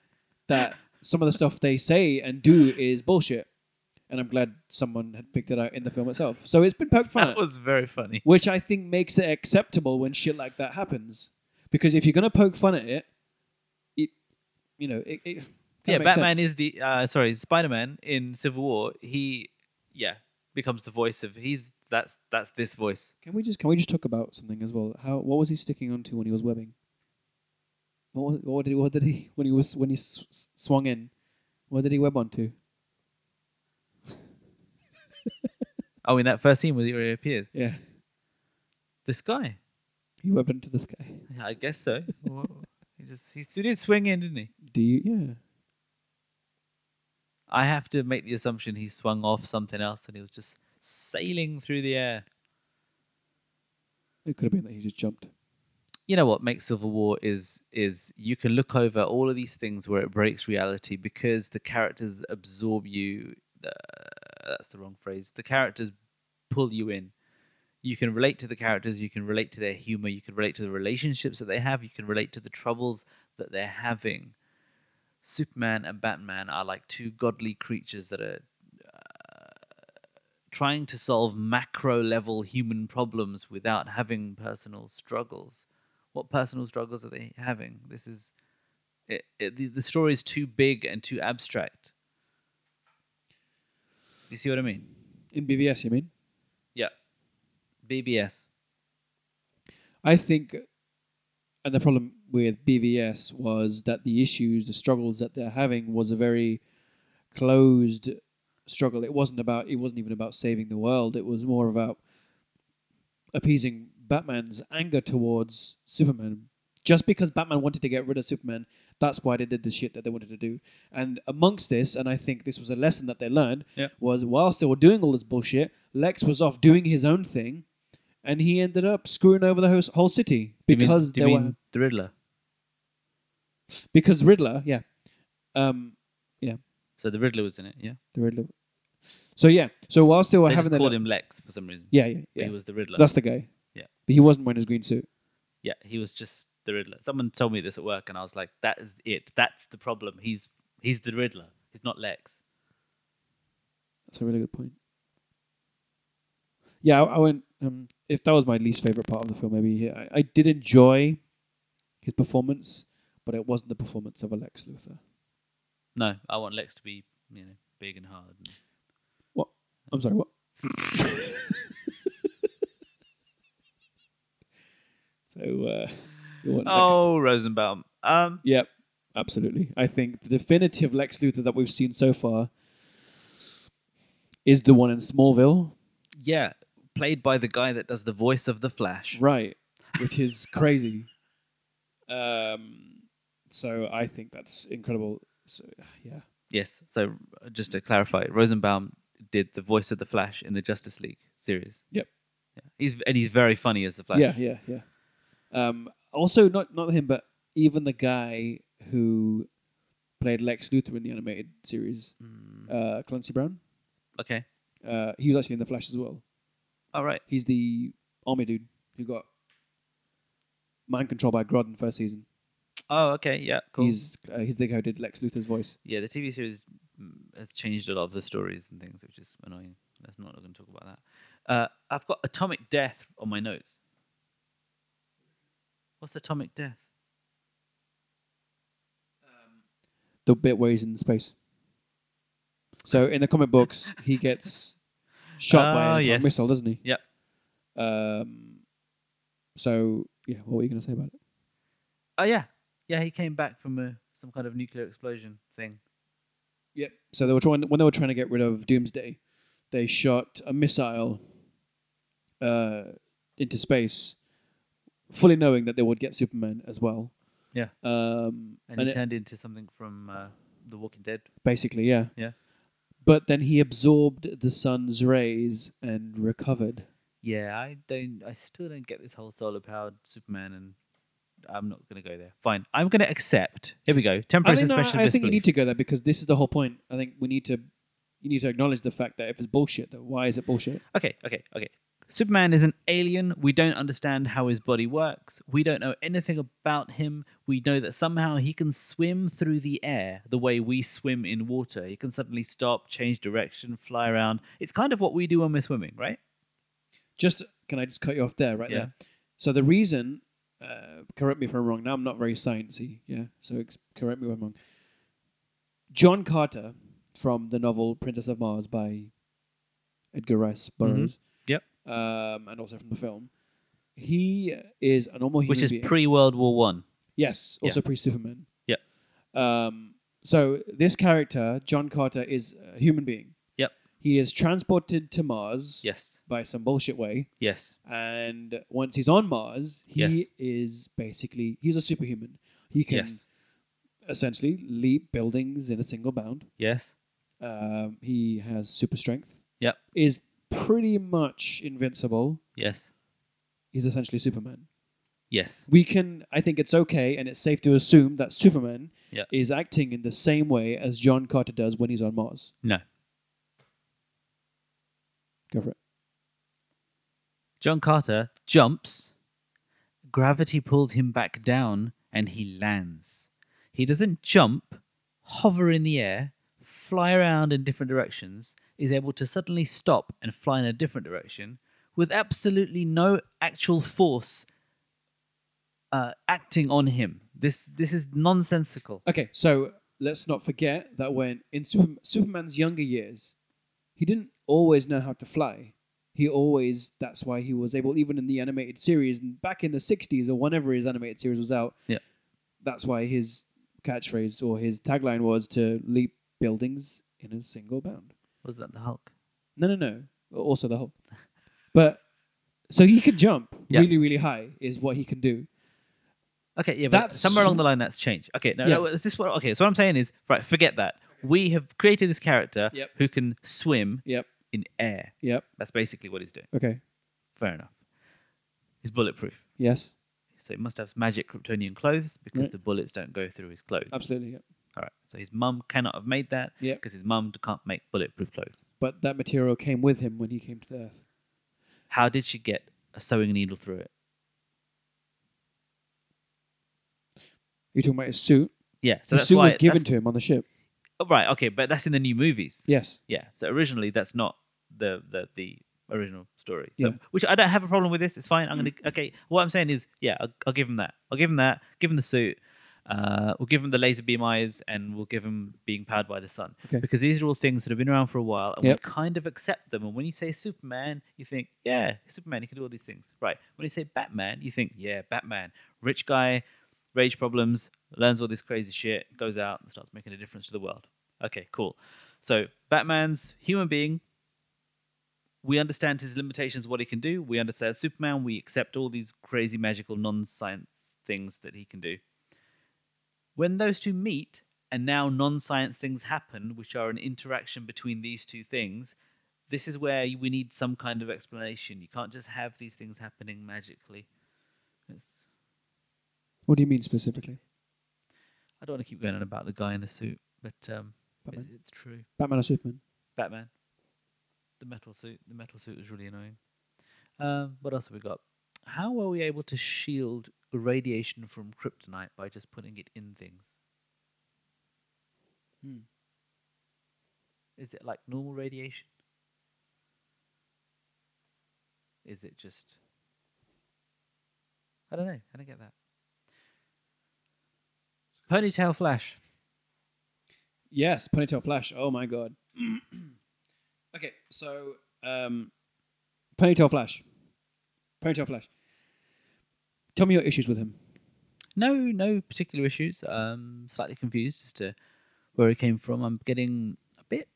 B: that some of the stuff they say and do is bullshit. And I'm glad someone had picked it out in the film itself. So it's been poked
A: (laughs)
B: fun
A: that
B: at,
A: was very funny.
B: which I think makes it acceptable when shit like that happens. Because if you're gonna poke fun at it, it, you know, it. it
A: yeah, Batman is the uh, sorry, Spider Man in Civil War. He yeah becomes the voice of he's that's that's this voice.
B: Can we just can we just talk about something as well? How what was he sticking onto when he was webbing? What was, what did he, what did he when he was when he s- s- swung in? What did he web onto?
A: Oh, in that first scene where he appears,
B: Yeah,
A: this guy.
B: he webbed onto the sky.
A: Yeah, I guess so. (laughs) Wha- he just he still did swing in, didn't he?
B: Do you? Yeah.
A: I have to make the assumption he swung off something else and he was just sailing through the air.
B: It could have been that he just jumped.
A: you know what makes civil war is is you can look over all of these things where it breaks reality because the characters absorb you uh, that's the wrong phrase the characters pull you in you can relate to the characters you can relate to their humor you can relate to the relationships that they have you can relate to the troubles that they're having superman and batman are like two godly creatures that are trying to solve macro level human problems without having personal struggles. What personal struggles are they having? This is it, it, the, the story is too big and too abstract. You see what I mean?
B: In BVS, you mean?
A: Yeah. BBS.
B: I think, and the problem with BVS was that the issues, the struggles that they're having, was a very closed struggle. It wasn't about. It wasn't even about saving the world. It was more about appeasing Batman's anger towards Superman. Just because Batman wanted to get rid of Superman, that's why they did the shit that they wanted to do. And amongst this, and I think this was a lesson that they learned,
A: Yeah.
B: was whilst they were doing all this bullshit, Lex was off doing his own thing, and he ended up screwing over the whole, whole city because
A: do you
B: they
A: mean
B: were
A: the Riddler.
B: because Riddler, yeah, um,
A: So the Riddler was in it, yeah.
B: the Riddler. So yeah, so whilst they were
A: They just
B: having the
A: called him Lex for some reason.
B: yeah, yeah,
A: But
B: yeah,
A: He was the Riddler.
B: that's the guy.
A: Yeah.
B: but he wasn't wearing his green suit.
A: yeah, he was just the Riddler. Someone told me this at work, and I was like, "That is it. That's the problem. He's he's the Riddler. He's not Lex."
B: That's a really good point. Yeah, I, I went. Um, if that was my least favorite part of the film, maybe I, I did enjoy his performance, but it wasn't the performance of a Lex Luthor.
A: No, I want Lex to be, you know, big and hard.
B: I'm sorry, what? (laughs) so uh, you want Lex?
A: oh, Rosenbaum. Um,
B: Yep, absolutely. I think the definitive Lex Luthor that we've seen so far is the one in Smallville,
A: yeah, played by the guy that does the voice of the Flash.
B: Right, which is crazy. Um, so I think that's incredible. So, yeah,
A: Yes. So, uh, just to clarify, Rosenbaum did the voice of the Flash in the Justice League series.
B: Yep.
A: Yeah. He's and he's very funny as the Flash.
B: yeah, yeah, yeah. Um, also, not not him, but even the guy who played Lex Luthor in the animated series,
A: Mm,
B: uh, Clancy Brown.
A: okay.
B: Uh, he was actually in the Flash as well.
A: All right.
B: He's the army dude who got mind controlled by Grodd in the first season.
A: Oh, okay. Yeah. Cool.
B: He's uh, he's the guy who did Lex Luthor's voice.
A: Yeah, the TV series mm, has changed a lot of the stories and things, which is annoying. Let's not going to talk about that. Uh, I've got Atomic Death on my notes. What's Atomic Death?
B: the bit where he's in space. So in the comic books,
A: (laughs)
B: he gets shot by an
A: Oh,
B: atomic
A: yes.
B: missile, doesn't he?
A: Yep.
B: Um, so yeah, what were you going to say about it?
A: Oh yeah, yeah. He came back from a, some kind of nuclear explosion thing.
B: Yep. So they were trying when they were trying to get rid of Doomsday, they shot a missile uh, into space, fully knowing that they would get Superman as well.
A: Yeah.
B: Um,
A: and,
B: and
A: he
B: it-
A: turned into something from uh, The Walking Dead.
B: basically, yeah.
A: Yeah.
B: But then he absorbed the sun's rays and recovered.
A: Yeah, I don't. I still don't get this whole solar powered Superman, and I'm not going to go there. Fine, I'm going to accept. Here we go.
B: I,
A: Temporary
B: think, no, I-
A: suspension
B: I
A: of
B: think you
A: disbelief.
B: need to go there because this is the whole point. I think we need to you need to acknowledge the fact that if it's bullshit, that why is it bullshit?
A: Okay, okay, okay. Superman is an alien. We don't understand how his body works. We don't know anything about him. We know that somehow he can swim through the air the way we swim in water. He can suddenly stop, change direction, fly around. It's kind of what we do when we're swimming, right?
B: Just can I just cut you off there, right
A: Yeah.
B: there? So the reason, uh, correct me if I'm wrong. Now I'm not very sciencey, yeah. So ex- correct me if I'm wrong. John Carter from the novel Princess of Mars by Edgar Rice Burroughs.
A: Mm-hmm. Yep.
B: Um, and also from the film, he is an normal human
A: Which is
B: being.
A: pre World War One.
B: Yes,
A: Yeah.
B: also pre Superman.
A: Yep.
B: Um, so this character, John Carter, is a human being.
A: Yep.
B: He is transported to Mars
A: Yes.
B: by some bullshit way,
A: Yes.
B: and once he's on Mars, he
A: Yes.
B: is basically he's a superhuman. He can
A: Yes.
B: essentially leap buildings in a single bound.
A: Yes.
B: Um, he has super strength.
A: Yep.
B: Is pretty much invincible.
A: Yes.
B: He's essentially Superman.
A: Yes.
B: we can i think it's okay and it's safe to assume that superman
A: Yeah.
B: is acting in the same way as john carter does when he's on mars
A: No.
B: go for it
A: John Carter jumps, gravity pulls him back down, and he lands. He doesn't jump, hover in the air, fly around in different directions, is able to suddenly stop and fly in a different direction with absolutely no actual force uh, acting on him. This this is nonsensical.
B: okay so let's not forget that when in Super- superman's younger years he didn't always know how to fly he always that's why he was able even in the animated series and back in the 60s or whenever his animated series was out
A: Yeah.
B: that's why his catchphrase or his tagline was to leap buildings in a single bound
A: Was that the Hulk?
B: No, no, no.
A: (laughs)
B: Also the Hulk. But so he can jump
A: Yeah.
B: really, really high is what he can do.
A: Okay, yeah, but
B: That's-
A: somewhere along the line that's changed. Okay, no, no, is this what? Okay, so what I'm saying is, right, forget that. We have created this character
B: Yep.
A: who can swim
B: Yep.
A: in air.
B: Yep.
A: That's basically what he's doing.
B: Okay.
A: Fair enough. He's bulletproof,
B: Yes.
A: so he must have magic Kryptonian clothes because
B: Right.
A: the bullets don't go through his clothes.
B: Absolutely. Yep.
A: All right, so his mum cannot have made that
B: Yep.
A: because his mum can't make bulletproof clothes.
B: But that material came with him when he came to Earth.
A: How did she get a sewing needle through it?
B: You're talking about his suit.
A: Yeah, so
B: The
A: that's
B: suit
A: why
B: was given
A: that's-
B: to him on the ship.
A: Oh, right, okay, but that's in the new movies.
B: Yes.
A: Yeah. So originally, that's not the the, the original story. So,
B: Yeah. Mm.
A: Which I don't have a problem with this. It's fine. I'm gonna okay. What I'm saying is, yeah, I'll, I'll give him that. I'll give him that. Give him the suit. Uh, we'll give him the laser beam eyes, and we'll give him being powered by the sun.
B: Okay.
A: Because these are all things that have been around for a while, and
B: Yep.
A: we kind of accept them. And when you say Superman, you think, yeah, Superman, he can do all these things, right? When you say Batman, you think, yeah, Batman, rich guy, rage problems, learns all this crazy shit, goes out and starts making a difference to the world. Okay, cool. So Batman's human being. We understand his limitations, what he can do. We understand Superman. We accept all these crazy magical non-science things that he can do. When those two meet, and now non-science things happen, which are an interaction between these two things, this is where we need some kind of explanation. You can't just have these things happening magically. It's
B: What do you mean specifically?
A: I don't want to keep going on about the guy in the suit, but um, it,
B: Batman,
A: it's true.
B: Batman or Superman?
A: Batman, the metal suit. The metal suit was really annoying. Um, what else have we got? How were we able to shield radiation from kryptonite by just putting it in things?
B: Hmm.
A: Is it like normal radiation? Is it just? I don't know. I don't get that. Ponytail Flash.
B: Yes. Ponytail Flash. Oh my god. (clears throat) okay. So, um, Ponytail Flash. Ponytail Flash. Tell me your issues with him.
A: No, no particular issues. Um, slightly confused as to where it came from. I'm getting a bit.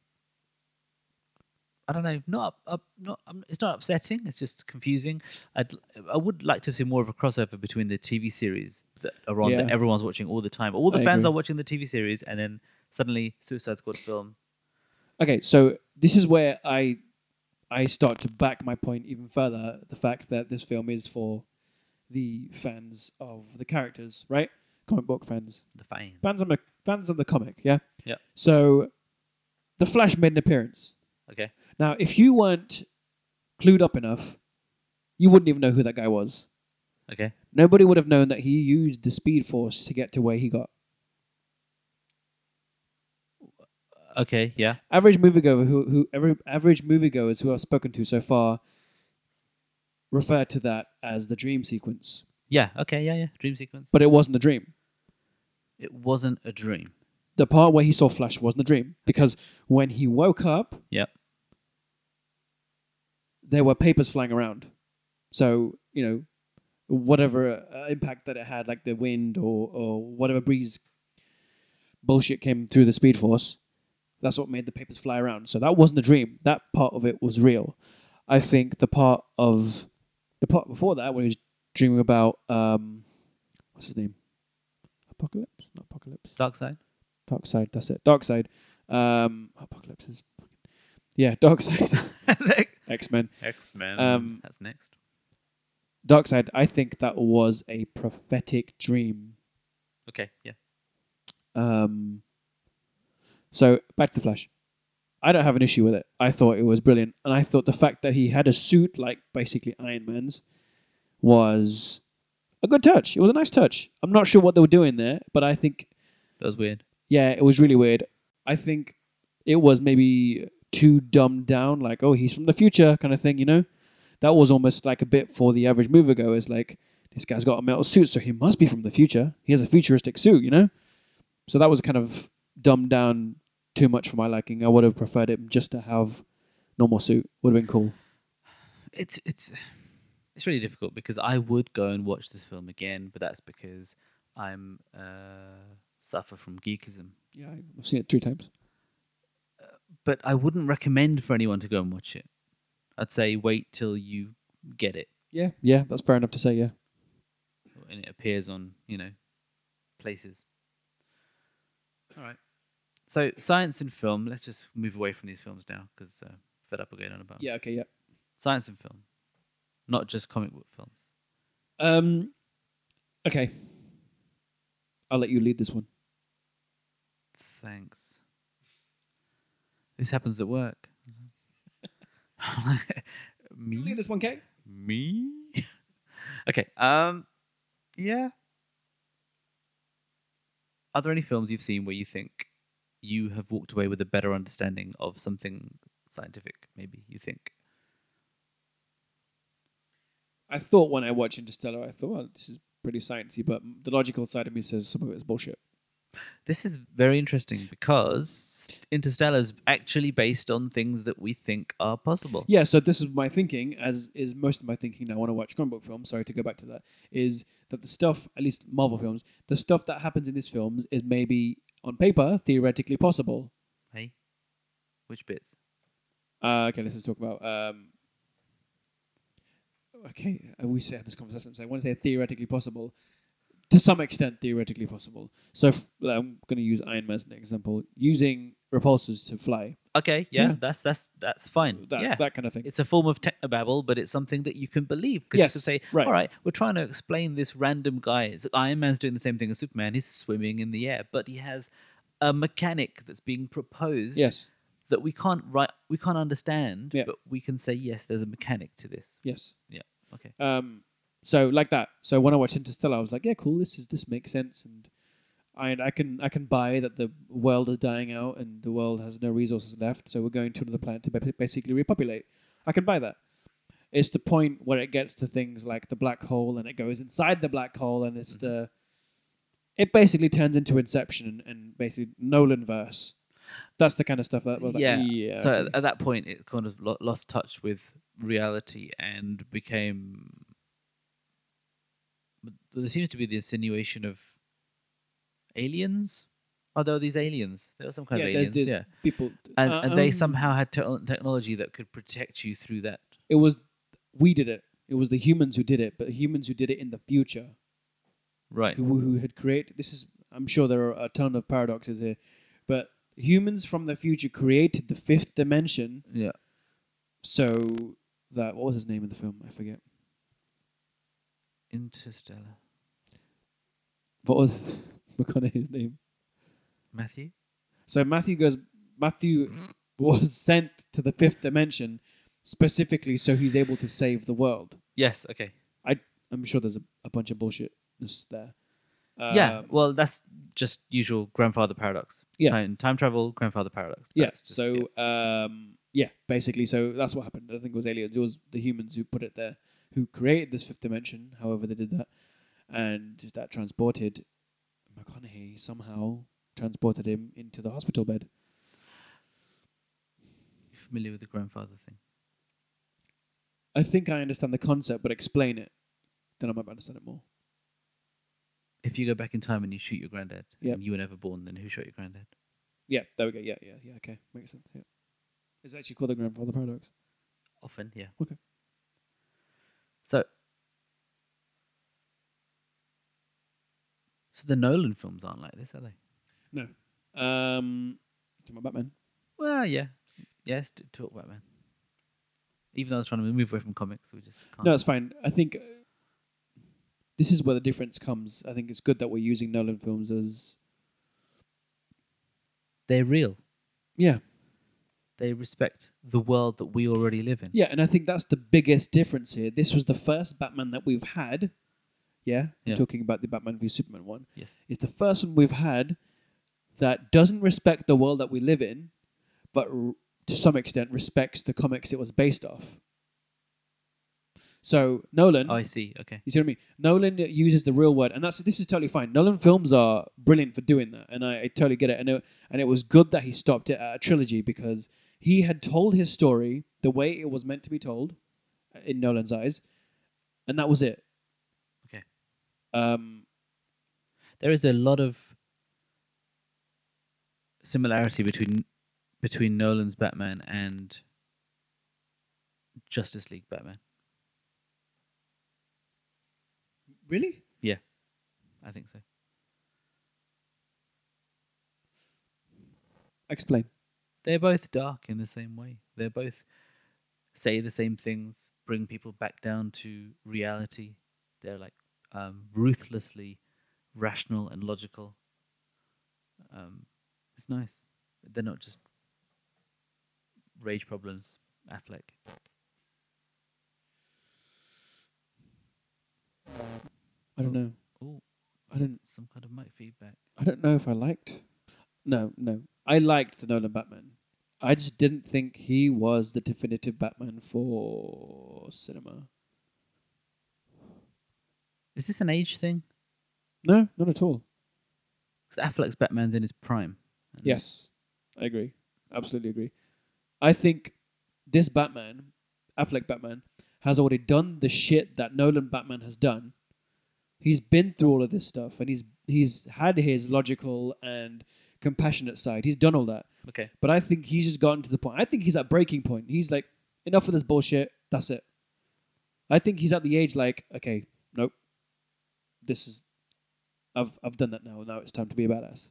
A: I don't know. Not up, up not. Um, it's not upsetting. It's just confusing. I'd. I would like to see more of a crossover between the TV series that are on that
B: Yeah.
A: everyone's watching all the time. All the
B: I
A: fans
B: agree.
A: are watching the TV series, and then suddenly Suicide Squad film.
B: Okay, so this is where I I start to back my point even further, the fact that this film is for the fans of the characters, right? Comic book fans.
A: The fan.
B: Fans of the fans of the comic, yeah?
A: Yeah.
B: So the Flash made an appearance.
A: Okay.
B: Now, if you weren't clued up enough you wouldn't even know who that guy was.
A: Okay.
B: Nobody would have known that he used the Speed Force to get to where he got.
A: Okay. Yeah.
B: Average moviegoer who, who every, average moviegoers who I've spoken to so far refer to that as the dream sequence,
A: Yeah. Okay. Yeah. Yeah. Dream sequence.
B: but it wasn't a dream.
A: It wasn't a dream.
B: The part where he saw Flash wasn't a dream because when he woke up,
A: Yep.
B: there were papers flying around. So, you know, whatever uh, impact that it had, like the wind or, or whatever breeze bullshit came through the Speed Force, that's what made the papers fly around. So that wasn't a dream. That part of it was real. I think the part of the part before that, when he was dreaming about um, what's his name, Apocalypse, not Apocalypse.
A: Dark
B: (laughs)
A: side. (laughs)
B: Dark Side, that's it. Dark Side. Um, Apocalypse is. fucking- Yeah, (laughs) Dark Side. X Men.
A: X Men.
B: Um,
A: That's next.
B: Dark Side, I think that was a prophetic dream.
A: Okay. Yeah.
B: Um, so, back to the Flash. I don't have an issue with it. I thought it was brilliant. And I thought the fact that he had a suit, like basically Iron Man's, was a good touch. It was a nice touch. I'm not sure what they were doing there, but I think
A: That was weird.
B: yeah, it was really weird. I think it was maybe too dumbed down, like, oh, he's from the future kind of thing, you know? That was almost like a bit for the average moviegoer. It's like, this guy's got a metal suit, so he must be from the future. He has a futuristic suit, you know? So that was kind of dumbed down too much for my liking. I would have preferred him just to have normal suit. Would have been cool.
A: It's it's it's really difficult because I would go and watch this film again, but that's because I'm uh, suffer from geekism.
B: Yeah, I've seen it three times.
A: But I wouldn't recommend for anyone to go and watch it. I'd say wait till you get it
B: Yeah. Yeah, that's fair enough to say, yeah.
A: and it appears on you know places. All right. So science and film. Let's just move away from these films now because uh, fed up of going on about 'em.
B: Yeah, okay, yeah.
A: science and film, not just comic book films.
B: Um, okay. I'll let you lead this one.
A: Thanks. This happens at work. (laughs)
B: You
A: me?
B: lead this one, Kate.
A: Me? okay. Um. Yeah. Are there any films you've seen where you think you have walked away with a better understanding of something scientific? Maybe you think.
B: I thought when I watched Interstellar, I thought, oh, this is pretty sciencey, but the logical side of me says some of it is bullshit.
A: This is very interesting because Interstellar is actually based on things that we think are possible.
B: Yeah, so this is my thinking, as is most of my thinking now when I watch comic book films, sorry to go back to that, is that the stuff, at least Marvel films, the stuff that happens in these films is maybe on paper theoretically possible.
A: Hey, which bits?
B: Uh, okay, let's just talk about. Um, okay, uh, we said this conversation. So I want to say theoretically possible, to some extent theoretically possible. So if, I'm going to use Iron Man as an example, using repulsors to fly,
A: Okay, yeah,
B: Yeah.
A: that's that's that's fine.
B: that
A: yeah,
B: that kind of thing.
A: it's a form of technobabble, but it's something that you can believe because you
B: Yes,
A: can say,
B: right.
A: "All right, we're trying to explain this random guy. It's, Iron Man's doing the same thing as Superman. He's swimming in the air, but he has a mechanic that's being proposed
B: yes,
A: that we can't write, we can't understand,
B: Yeah.
A: but we can say yes, there's a mechanic to this.
B: yes.
A: Yeah, okay,
B: Um, so like that. So when I watched Interstellar, I was like, yeah, cool. This is this makes sense, and I I can I can buy that the world is dying out and the world has no resources left. So we're going to another planet to ba- basically repopulate. I can buy that. It's the point where it gets to things like the black hole, and it goes inside the black hole, and
A: Mm-hmm.
B: it's the it basically turns into Inception and, and basically Nolan verse. That's the kind of stuff that. was like,
A: yeah.
B: yeah
A: so
B: okay.
A: at that point, it kind of lo- lost touch with reality and became. There seems to be the insinuation of aliens. Are there these aliens? There were some kind
B: yeah,
A: of
B: there's
A: aliens,
B: these
A: yeah.
B: people,
A: And,
B: Uh,
A: and they
B: um,
A: somehow had te- technology that could protect you through that.
B: it was we did it. It was the humans who did it, but humans who did it in the future,
A: Right.
B: who, who had created. This is, I'm sure there are a ton of paradoxes here, but humans from the future created the fifth dimension.
A: Yeah.
B: So that what was his name in the film? I forget.
A: Interstellar.
B: What was (laughs) McConaughey's name?
A: Matthew?
B: So Matthew goes. Matthew was sent to the fifth dimension specifically so he's able to save the world.
A: Yes. Okay.
B: I'm sure there's a, a bunch of bullshit there.
A: yeah.
B: Um,
A: Well, that's just usual grandfather paradox.
B: Yeah.
A: Time, time travel, grandfather paradox.
B: yeah.
A: That's just-
B: So, um, yeah, basically, so that's what happened. I think it was aliens. It was the humans who put it there, who created this fifth dimension, however they did that, and that transported McConaughey somehow transported him into the hospital bed.
A: You familiar with the grandfather thing?
B: I think I understand the concept, but explain it, then I might understand it more.
A: If you go back in time and you shoot your granddad,
B: Yep.
A: and you were never born, then who shot your granddad?
B: Yeah, there we go. Yeah, yeah, yeah. Okay, makes sense. Yeah, it's actually called the grandfather paradox.
A: Often, yeah.
B: Okay.
A: So, so the Nolan films aren't like this, are they?
B: No. Um, to my Batman.
A: Well, yeah, yes. t- Talk about man. Even though I was trying to move away from comics, we just can't.
B: No, it's fine. I think uh, this is where the difference comes. I think it's good that we're using Nolan films as
A: They're real.
B: yeah,
A: They respect the world that we already live in.
B: yeah, and I think that's the biggest difference here. This was the first Batman that we've had. Yeah,
A: Yeah.
B: I'm talking about the Batman v Superman one.
A: Yes.
B: It's the first one we've had that doesn't respect the world that we live in, but r- to some extent respects the comics it was based off. So Nolan,
A: Oh, I see. Okay.
B: You see what I mean? Nolan uses the real word, and that's this is totally fine. Nolan films are brilliant for doing that, and I, I totally get it. And it, and it was good that he stopped it at a trilogy because he had told his story the way it was meant to be told, uh, in Nolan's eyes, and that was it.
A: Okay.
B: Um.
A: There is a lot of similarity between between Nolan's Batman and Justice League Batman.
B: Really?
A: I think so.
B: Explain.
A: They're both dark in the same way. They're both say the same things, bring people back down to reality. They're like um, ruthlessly rational and logical. Um, it's nice. They're not just rage problems. Affleck.
B: I don't know.
A: Oh,
B: I don't.
A: some kind of mic feedback.
B: I don't know if I liked. No, no. I liked the Nolan Batman. I just didn't think he was the definitive Batman for cinema.
A: Is this an age thing?
B: No, not at all.
A: Because Affleck's Batman's in his prime. and
B: Yes, I agree. Absolutely agree. I think this Batman, Affleck Batman, has already done the shit that Nolan Batman has done. He's been through all of this stuff, and he's he's had his logical and compassionate side. He's done all that,
A: Okay.
B: but I think he's just gotten to the point. I think he's at breaking point. He's like, enough of this bullshit. That's it. I think he's at the age like, okay, nope. This is, I've I've done that now. Now it's time to be a badass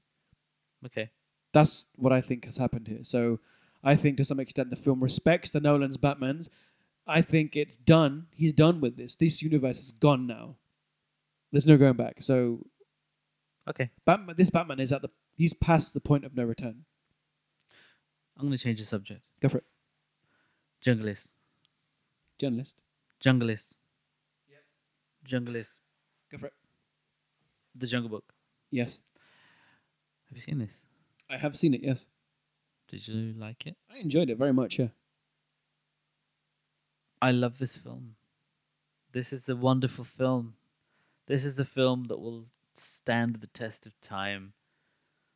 A: Okay.
B: that's what I think has happened here. So I think to some extent the film respects the Nolan's Batmans. I think it's done. He's done with this. This universe is gone now. There's no going back. So
A: Okay.
B: Batman, this Batman is at the he's past the point of no return.
A: I'm going to change the subject.
B: Go for it,
A: Junglist.
B: journalist.
A: Junglist. Yep. Junglist.
B: Go for it.
A: The Jungle Book.
B: Yes,
A: Have you seen this?
B: I have seen it. Yes,
A: Did you like it?
B: I enjoyed it very much. Yeah,
A: I love this film. This is a wonderful film. This is a film that will stand the test of time.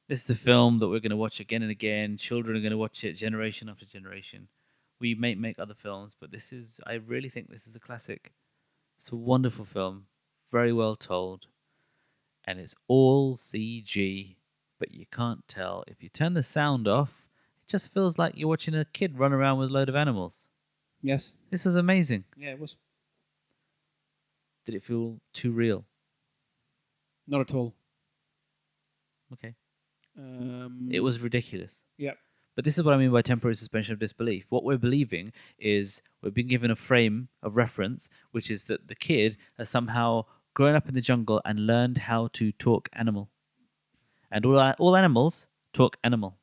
A: This is a film that we're going to watch again and again. Children are going to watch it generation after generation. We may make other films, but this is, I really think this is a classic. It's a wonderful film, very well told, and it's all CG, but you can't tell. If you turn the sound off, it just feels like you're watching a kid run around with a load of animals.
B: yes,
A: This was amazing.
B: yeah. It was
A: Did it feel too real?
B: not at all.
A: Okay.
B: Um,
A: It was ridiculous.
B: Yep.
A: But this is what I mean by temporary suspension of disbelief. What we're believing is we've been given a frame of reference, which is that the kid has somehow grown up in the jungle and learned how to talk animal. And all, all animals talk animal.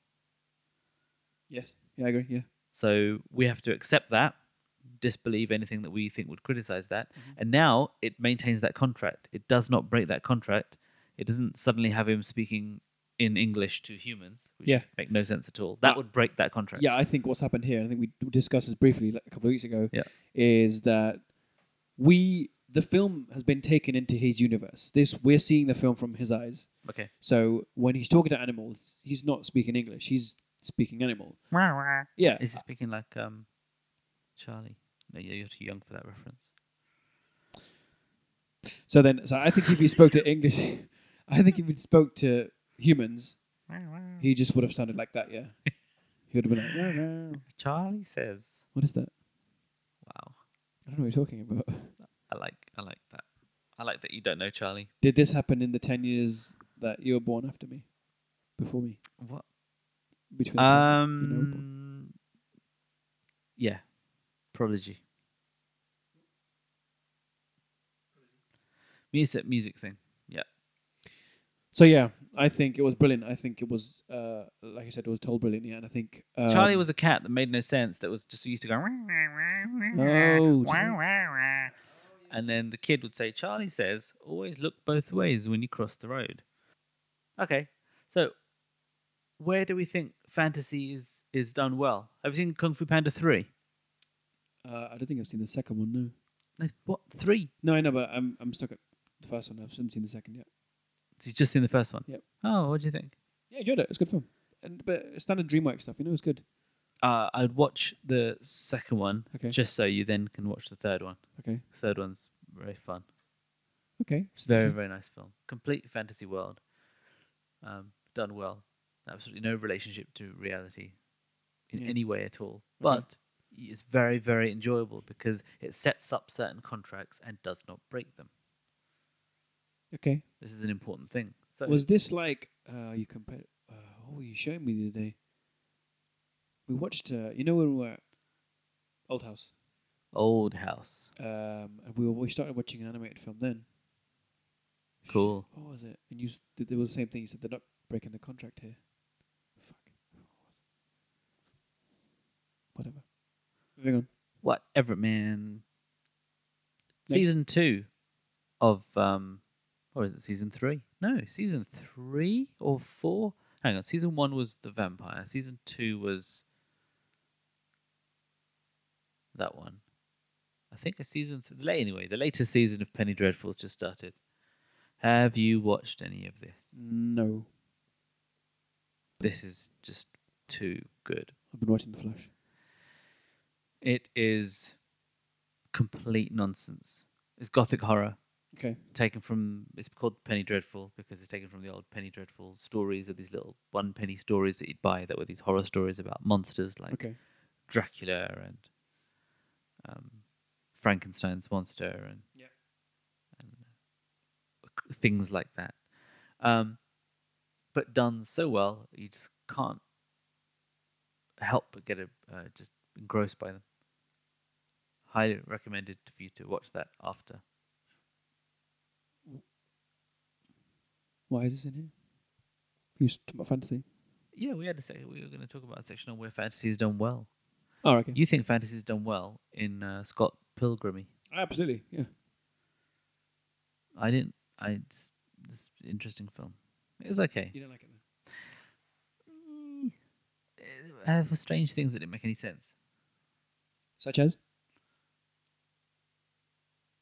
B: Yes. Yeah, I agree. Yeah.
A: So we have to accept that. disbelieve anything that we think would criticize that.
B: Mm-hmm.
A: And now it maintains that contract. It does not break that contract. It doesn't suddenly have him speaking in English to humans, which
B: Yeah.
A: make no sense at all. That
B: No.
A: would break that contract.
B: Yeah, I think what's happened here, and I think we discussed this briefly like, a couple of weeks ago,
A: Yeah.
B: is that we the film has been taken into his universe. This we're seeing the film from his eyes.
A: Okay.
B: So when he's talking to animals, he's not speaking English. He's speaking animal. Yeah.
A: Is he speaking like um, Charlie? No, you're you're too young for that reference.
B: So then, so I think if he spoke to English, (laughs) I think if he spoke to humans, he just would have sounded like that. Yeah. He would have been like, "Meow, meow."
A: Charlie says,
B: "What is that?
A: "Wow,
B: I don't know what you're talking about."
A: I like, I like that. I like that you don't know Charlie."
B: Did this happen in the ten years that you were born after me, before me,
A: What?
B: between? the
A: Uh,
B: time-
A: Um. Yeah, Prodigy. Music, music thing.
B: So yeah, I think it was brilliant. I think it was, uh, like I said, it was told brilliantly, and I think um,
A: Charlie was a cat that made no sense. That was just used to go.
B: Oh,
A: And then the kid would say, Charlie says, always look both ways when you cross the road. Okay, so where do we think fantasy is, is done well? Have you seen Kung Fu Panda 3?
B: Uh, I don't think I've seen the second one. No,
A: No, What? 3?
B: no, I know, but I'm I'm stuck at the first one. I haven't seen the second yet.
A: So you've just seen the first one?
B: Yep.
A: Oh, what do you think?
B: Yeah, I enjoyed it. It's a good film, and but standard DreamWorks stuff. You know, it was good.
A: Uh, I'd watch the second one
B: Okay.
A: just so you then can watch the third one.
B: Okay.
A: The third one's very fun.
B: Okay.
A: It's a very, very nice film. Complete fantasy world. Um, done well. Absolutely no relationship to reality in
B: Yeah.
A: any way at all. But it's very, very enjoyable because it sets up certain contracts and does not break them.
B: Okay.
A: This is an important thing. So
B: Was this like uh, you compared? Uh, what were you showing me the other day? We watched. Uh, you know when we were at Old House,
A: Old House.
B: um, and we were, we started watching an animated film then.
A: Cool.
B: What was it? And you s- th- it was the same thing. You said they're not breaking the contract here. Fuck. Whatever. Moving on.
A: Whatever, man.
B: Next.
A: Season two of um or is it season three? No, season three or four? Hang on, season one was the vampire. Season two was that one. I think a season th- la- anyway, the latest season of Penny Dreadful's just started. Have you watched any of this?
B: No,
A: This is just too good.
B: I've been watching The Flash.
A: It is complete nonsense. It's gothic horror.
B: Okay.
A: taken from it's called penny dreadful because it's taken from the old penny dreadful stories of these little one penny stories that you'd buy that were these horror stories about monsters like
B: Okay.
A: dracula and um, frankenstein's monster and,
B: Yeah.
A: and uh, c- things like that um, but done so well you just can't help but get a, uh, just engrossed by them highly recommended for you to watch that after
B: Why is this in here? You s- talking about fantasy?
A: Yeah, we had a sec- we were going to talk about a section on where fantasy is done well.
B: Oh, okay.
A: You think fantasy is done well in uh, Scott Pilgrimy?
B: Absolutely. Yeah.
A: I didn't. I it's, it's an interesting film. It was okay.
B: You don't like it. Then.
A: Mm. Uh, There were strange things that didn't make any sense.
B: Such as?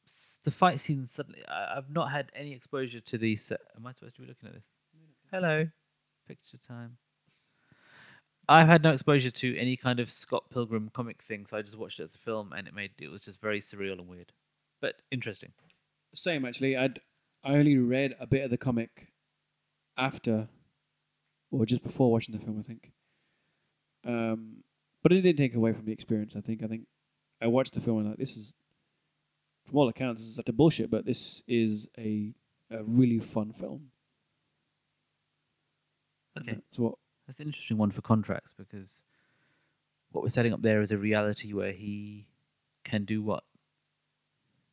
A: S- The fight scene suddenly. I, I've not had any exposure to the. se- Am I supposed to be looking at this? Hello, picture time. I've had no exposure to any kind of Scott Pilgrim comic thing, so I just watched it as a film, and it made it was just very surreal and weird, but interesting.
B: Same actually. I'd I only read a bit of the comic after or just before watching the film, I think. Um, but it didn't take away from the experience. I think. I think I watched the film and like this is, from all accounts, this is utter bullshit. But this is a a really fun film. And
A: Okay.
B: That's what.
A: That's an interesting one for contracts because what we're setting up there is a reality where he can do what?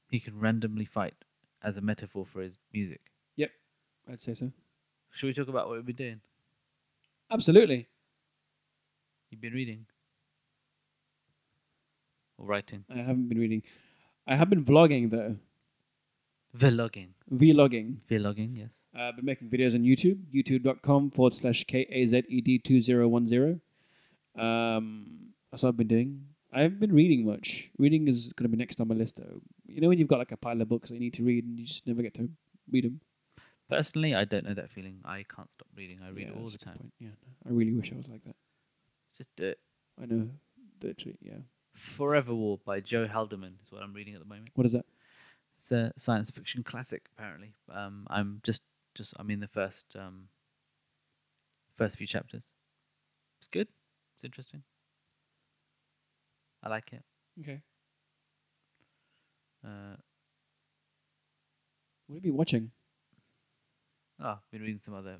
A: He can randomly fight as a metaphor for his music.
B: I'd say so.
A: Should we talk about what we've been doing?
B: Absolutely.
A: You've been reading. or writing.
B: I haven't been reading. I have been vlogging though,
A: Vlogging.
B: vlogging.
A: Vlogging, yes.
B: Uh, I've been making videos on YouTube, youtube.com forward slash K A Z E D 2010. Um, that's what I've been doing. I haven't been reading much. Reading is going to be next on my list though. You know when you've got like a pile of books that you need to read and you just never get to read them?
A: Personally, I don't know that feeling. I can't stop reading. I read all the time.
B: Yeah, no, I really wish I was like that.
A: Just do it.
B: I know. Literally, yeah.
A: Forever War by Joe Haldeman is what I'm reading at the moment.
B: What is that?
A: It's a science fiction classic, apparently. Um, I'm just, just I'm in the first, um, first few chapters. It's good. It's interesting. I like it.
B: Okay.
A: Uh,
B: What have you been watching?
A: oh, I've been reading some other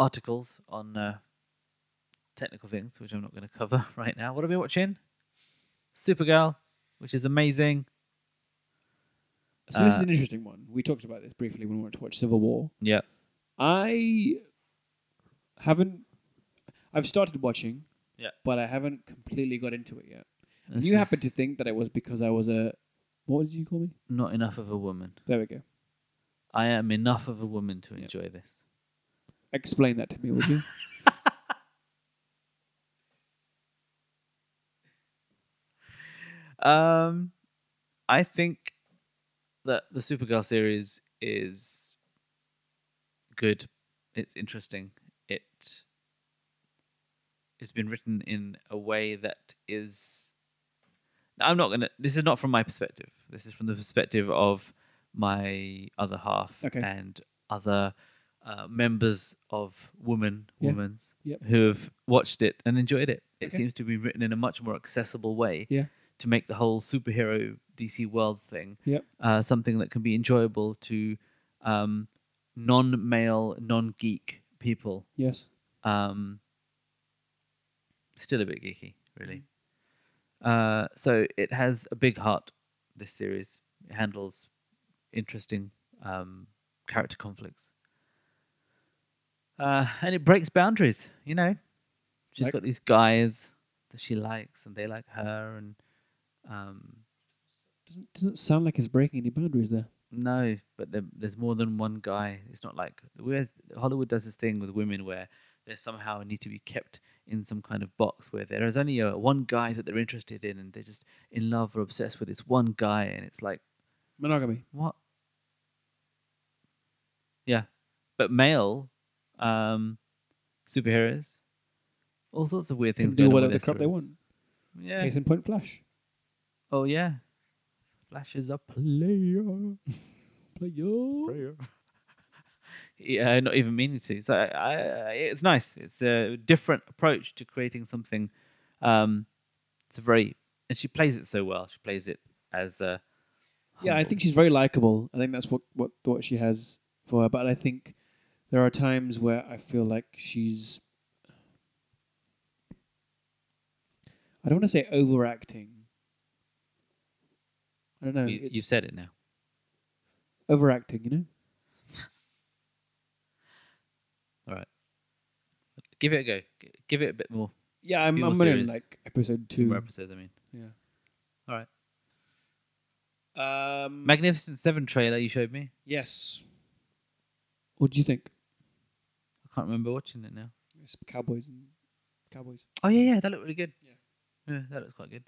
A: articles on uh, technical things, which I'm not going to cover (laughs) right now. What have I been watching? Supergirl, which is amazing.
B: So this is
A: Uh,
B: an interesting one. We talked about this briefly when we went to watch Civil War.
A: Yeah.
B: I haven't. I've started watching.
A: Yeah.
B: But I haven't completely got into it yet. And you happen to think that it was because I was a. What did you call me?
A: not enough of a woman.
B: There we go.
A: I am enough of a woman to
B: Yep.
A: enjoy this.
B: Explain that to me, would you?
A: Um, I think that the Supergirl series is good. It's interesting. It has been written in a way that is. Now, I'm not gonna. This is not from my perspective. This is from the perspective of my other half
B: Okay.
A: and other uh, members of women,
B: Yeah.
A: women's
B: Yep.
A: who have watched it and enjoyed it. It
B: Okay.
A: seems to be written in a much more accessible way
B: Yeah.
A: to make the whole superhero DC world thing
B: Yep.
A: uh, something that can be enjoyable to um, non-male, non-geek people.
B: yes.
A: Um, still a bit geeky, really. Uh, so it has a big heart. This series it handles interesting um, character conflicts, uh, and it breaks boundaries. You know, she's
B: Like-
A: got these guys that she likes, and they like her, and um,
B: Doesn't doesn't sound like it's breaking any boundaries there.
A: No, but there, there's more than one guy. It's not like whereas Hollywood does this thing with women where they somehow need to be kept in some kind of box where there is only uh one guy that they're interested in and they're just in love or obsessed with this one guy and it's like
B: Monogamy.
A: what? Yeah, but male um, superheroes, all sorts of weird
B: Can
A: things.
B: do
A: going on with
B: whatever the
A: their
B: crap they
A: stories.
B: want.
A: Yeah.
B: Case in point, Flash.
A: Oh yeah. Flash is a player.
B: Player.
A: yeah, not even meaning to. So I, I, it's nice. It's a different approach to creating something. Um, it's a very and she plays it so well. She plays it as a.
B: Yeah, I
A: humble-
B: think she's very likable. I think that's what, what what she has for her. But I think there are times where I feel like she's I don't want to say overacting. I don't know.
A: you,
B: uh, it's
A: you said it now.
B: overacting, you know?
A: Give it a go. G- Give it a bit more.
B: Yeah, I'm,
A: Few more
B: I'm only on,
A: series.
B: like episode
A: Two
B: two.
A: more episodes. I mean,
B: Um,
A: Magnificent Seven trailer you showed me.
B: yes. What do you think?
A: I can't remember watching it now.
B: It's cowboys and cowboys.
A: Oh yeah, yeah, that looked really good.
B: Yeah.
A: yeah that looks quite good.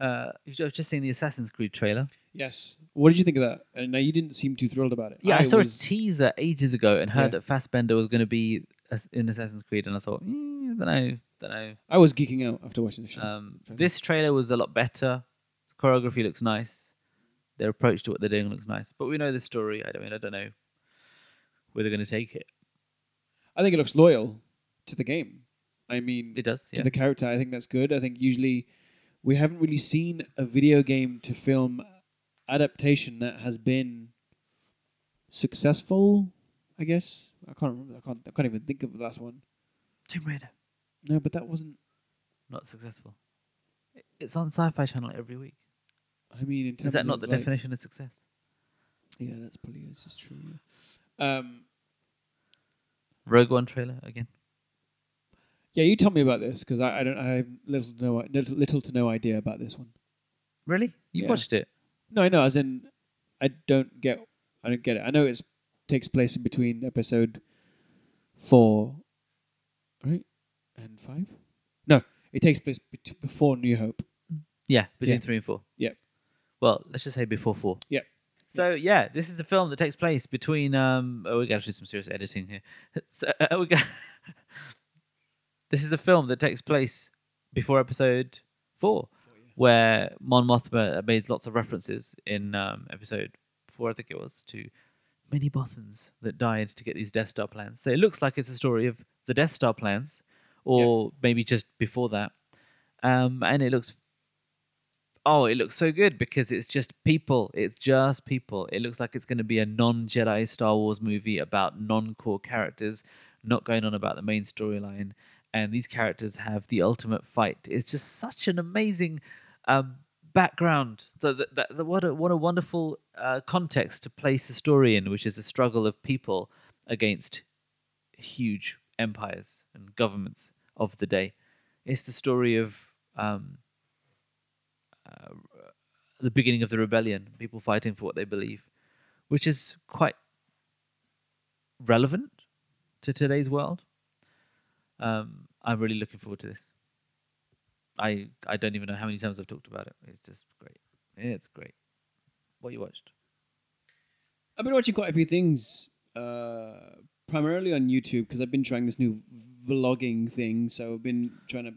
A: Uh, I've just seen the Assassin's Creed trailer.
B: Yes. What did you think of that? And now you didn't seem too thrilled about it.
A: Yeah, I, saw
B: was-
A: a teaser ages ago and heard
B: Yeah.
A: that Fassbender was going to be as- in Assassin's Creed, and I thought, mm, don't know, don't know.
B: I was geeking out after watching the show.
A: Um,
B: fair enough.
A: this trailer was a lot better. Choreography looks nice. Their approach to what they're doing looks nice, but we know the story. I don't mean, I don't know where they're going to take it.
B: I think it looks loyal to the game. I mean,
A: It does,
B: to
A: yeah.
B: the character, I think that's good. I think usually we haven't really seen a video game to film adaptation that has been successful. I guess I can't remember. I can't. I can't even think of the last one.
A: Tomb Raider
B: No, but that wasn't.
A: not successful. I- It's on Sci-Fi Channel every week.
B: I mean, in terms
A: Is that not
B: of,
A: the
B: like-
A: definition of success?
B: Yeah, that's probably is. It's true. Yeah. Um,
A: Rogue One trailer again.
B: yeah, you tell me about this because I, I don't. I have little to no little, little to no idea about this one.
A: Really? You
B: Yeah.
A: watched it?
B: No, I know. As in, I don't get. I don't get it. I know it takes place in between episode four, right, and five. No, it takes place bet- before New Hope.
A: Yeah, between
B: Yeah.
A: three and four.
B: Yep.
A: Well, let's just say before four.
B: Yep.
A: So yeah, this is a film that takes place between. Um, oh, we got to do some serious editing here. (laughs) So, uh, we got, (laughs) this is a film that takes place before episode four, where Mon Mothma made lots of references in um, episode four, I think it was, to many Bothans that died to get these Death Star plans. So it looks like it's a story of the Death Star plans, or maybe just before that. Um, and it looks oh, it looks so good because it's just people. It's just people. It looks like it's going to be a non Jedi Star Wars movie about non core characters, not going on about the main storyline. And these characters have the ultimate fight. It's just such an amazing um, background. So that, that, that- what a what a wonderful uh, context to place the story in, which is a struggle of people against huge empires and governments of the day. It's the story of um, the beginning of the rebellion, people fighting for what they believe, which is quite relevant to today's world. Um, I'm really looking forward to this. I I don't even know how many times I've talked about it. It's just great. It's great. What you watched?
B: I've been watching quite a few things, uh, primarily on YouTube because I've been trying this new vlogging thing. So I've been trying to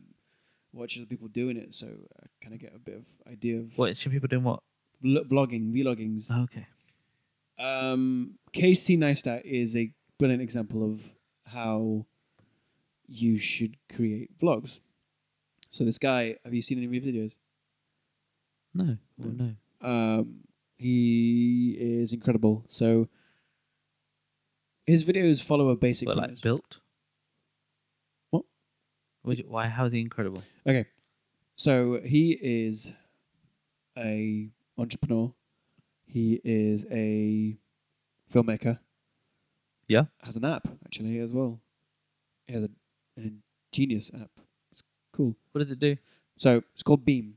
B: watch other people doing it, so I kind of get a bit of idea of
A: What should people doing? What? Oh,
B: vl- vlogging, vloggings.
A: Okay.
B: um, Casey Neistat is a brilliant example of how you should create vlogs. So this guy, have you seen any of his videos?
A: No.
B: Oh,
A: no.
B: Um, he is incredible. So his videos follow a basic.
A: But like
B: premise.
A: built.
B: What?
A: Which, why? How is he incredible?
B: Okay, so he is a entrepreneur. He is a filmmaker.
A: Yeah.
B: has an app actually as well. He has a, an ingenious app. It's cool.
A: What does it do?
B: So it's called Beam.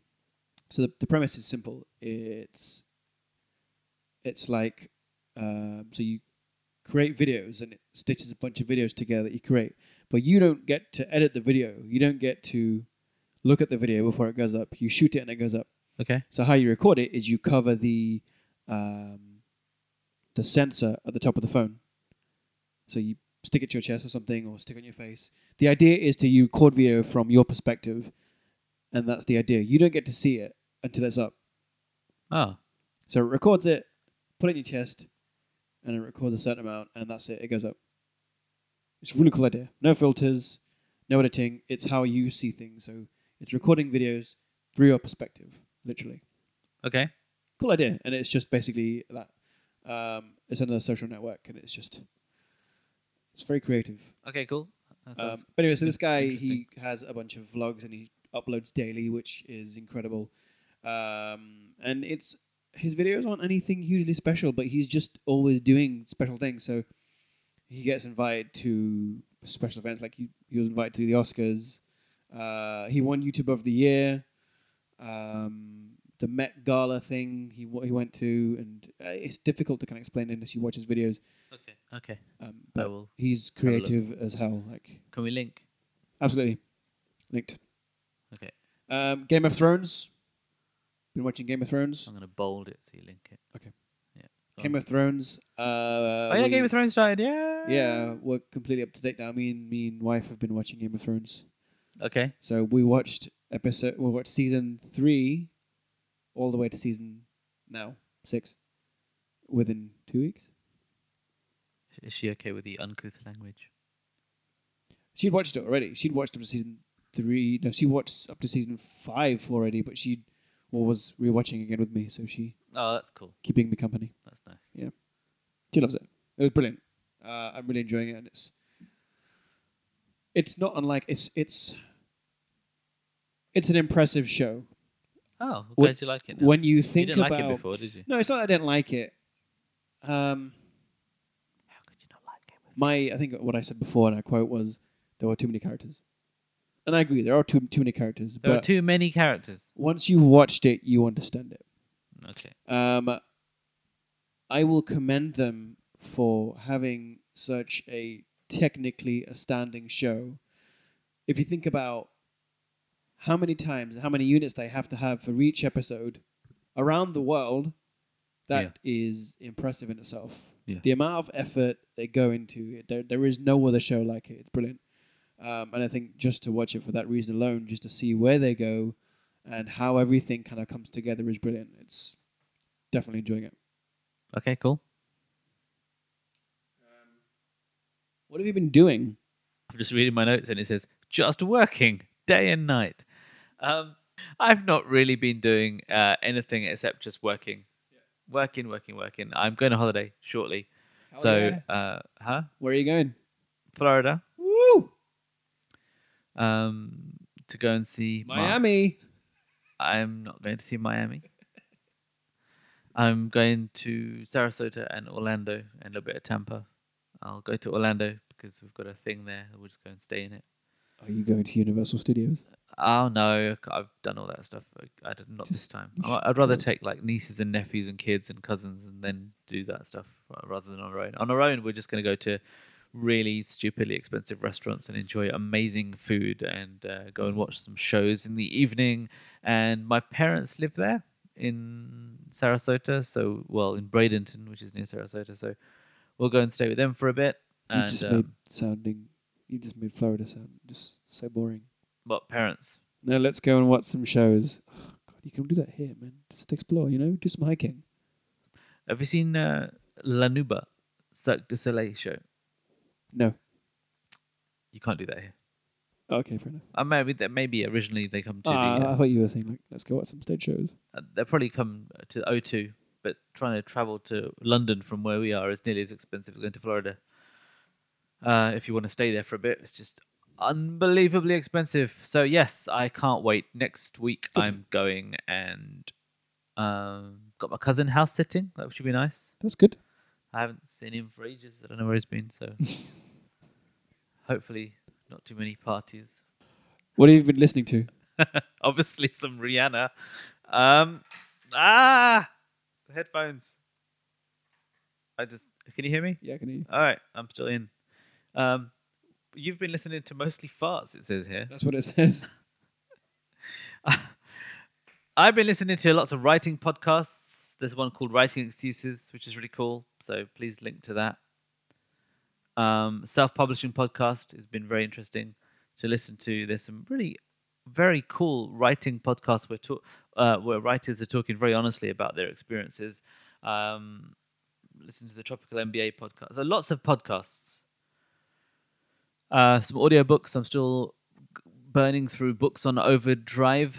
B: So the, the premise is simple. It's it's like um, so you create videos and it stitches a bunch of videos together that you create, but you don't get to edit the video. You don't get to look at the video before it goes up. You shoot it and it goes up.
A: Okay.
B: So how you record it is you cover the um, the sensor at the top of the phone. So you stick it to your chest or something, or stick it on your face. The idea is to you record video from your perspective, and that's the idea. You don't get to see it until it's up.
A: Oh.
B: So it records it, put it in your chest, and it records a certain amount, and that's it. It goes up. It's a really cool idea. No filters, no editing. It's how you see things. So it's recording videos through your perspective, literally
A: Okay.
B: cool idea and it's just basically that um, it's another social network and it's just it's very creative
A: Okay. Cool. That sounds-
B: um, but anyway so this guy
A: interesting.
B: he has a bunch of vlogs and he uploads daily which is incredible um, and it's his videos aren't anything hugely special but he's just always doing special things so he gets invited to special events like he, he was invited to the oscars uh, he won youtube of the year um, the Met Gala thing he wa- he went to, and uh, it's difficult to kind of explain unless you watch his videos.
A: okay. Okay. I
B: Um, but
A: will.
B: he's
A: a look.
B: creative as hell, like
A: Can we link?
B: absolutely linked.
A: Okay.
B: Um, Game of Thrones. Been watching Game of Thrones.
A: I'm gonna bold it so you link it.
B: Okay.
A: Yeah. go
B: Game
A: on.
B: of Thrones. Uh,
A: oh yeah, Game of Thrones died. Yeah.
B: Yeah, we're completely up to date now. Me and me and wife have been watching Game of Thrones.
A: Okay.
B: So we watched episode. We watched season three, all the way to season now six, within two weeks.
A: Is she okay with the uncouth language?
B: She'd watched it already. She'd watched up to season three. No, she watched up to season five already, but she well, was rewatching again with me, so she
A: Oh, that's cool.
B: keeping me company.
A: That's nice.
B: She loves it. It was brilliant. Uh, I'm really enjoying it, and it's it's not unlike it's it's it's an impressive show
A: Oh, I'm
B: Wh-
A: glad you like it now.
B: when you
A: you
B: think
A: didn't
B: about.
A: like it before, did you?
B: No, it's not. That I didn't like it. Um,
A: How could you not like it?
B: my I think what I said before, and I quote was, "There were too many characters." and I agree, there are too too many characters.
A: There are
B: but
A: too many characters.
B: once you've watched it, you understand it.
A: Okay.
B: Um, I will commend them for having such a technically astounding show. If you think about how many times, how many units they have to have for each episode around the world, that is impressive in itself.
A: Yeah.
B: The amount of effort they go into it, there, there is no other show like it. It's brilliant. Um, and I think just to watch it for that reason alone, just to see where they go and how everything kind of comes together is brilliant. It's definitely enjoying it.
A: Okay, cool.
B: What have you been doing?
A: I'm just reading my notes and it says just working day and night. Um, I've not really been doing uh, anything except just working, working, working, working. I'm going on holiday shortly, so uh, huh?
B: where are you going?
A: Florida
B: Woo!
A: um, to go and see Mar-
B: Miami.
A: I'm not going to see Miami. (laughs) I'm going to Sarasota and Orlando and a little bit of Tampa. I'll go to Orlando because we've got a thing there. We'll just go and stay in it.
B: Are you going to Universal Studios?
A: Oh no, I've done all that stuff. I I did not this
B: (laughs)
A: time. I- I'd rather take like nieces and nephews and kids and cousins and then do that stuff ra- rather than on our own. On our own, we're just going to go to really stupidly expensive restaurants and enjoy amazing food and uh, go and watch some shows in the evening. And my parents live there in Sarasota, so well in Bradenton, which is near Sarasota. So we'll go and stay with them for a bit.
B: you
A: And
B: just made
A: um,
B: sounding. You just made Florida sound just so boring.
A: what parents?
B: Now let's go and watch some shows. (sighs) Oh, God, you can do that here, man. Just explore. You know, do some hiking.
A: Have you seen uh, La Nuba, Cirque du Soleil show?
B: No.
A: You can't do that here.
B: Okay, fair enough.
A: Uh, maybe that maybe originally they come to
B: Ah,
A: the.
B: I
A: Uh,
B: thought you were saying like, let's go watch some stage shows.
A: uh, they'll probably come to O2, but trying to travel to London from where we are is nearly as expensive as going to Florida. Uh, if you want to stay there for a bit, it's just unbelievably expensive. So yes, I can't wait. Next week I'm going and um, got my cousin house sitting. That should be nice.
B: That's good.
A: I haven't seen him for ages. I don't know where he's been. So hopefully, not too many parties. (laughs)
B: What have you been listening to?
A: obviously some Rihanna. Um, ah, the headphones. I just can you hear me?
B: Yeah, I can hear you.
A: All right, I'm still in. Um, you've been listening to mostly farts. It says here.
B: That's what it (laughs) says.
A: I've been listening to lots of writing podcasts. There's one called Writing Excuses, which is really cool. So please link to that. Um, self-publishing podcast has been very interesting to listen to. There's some really very cool writing podcasts where to- uh, where writers are talking very honestly about their experiences. Um, listen to the Tropical MBA podcast. So lots of podcasts. Uh, some audiobooks. I'm still burning through books on overdrive.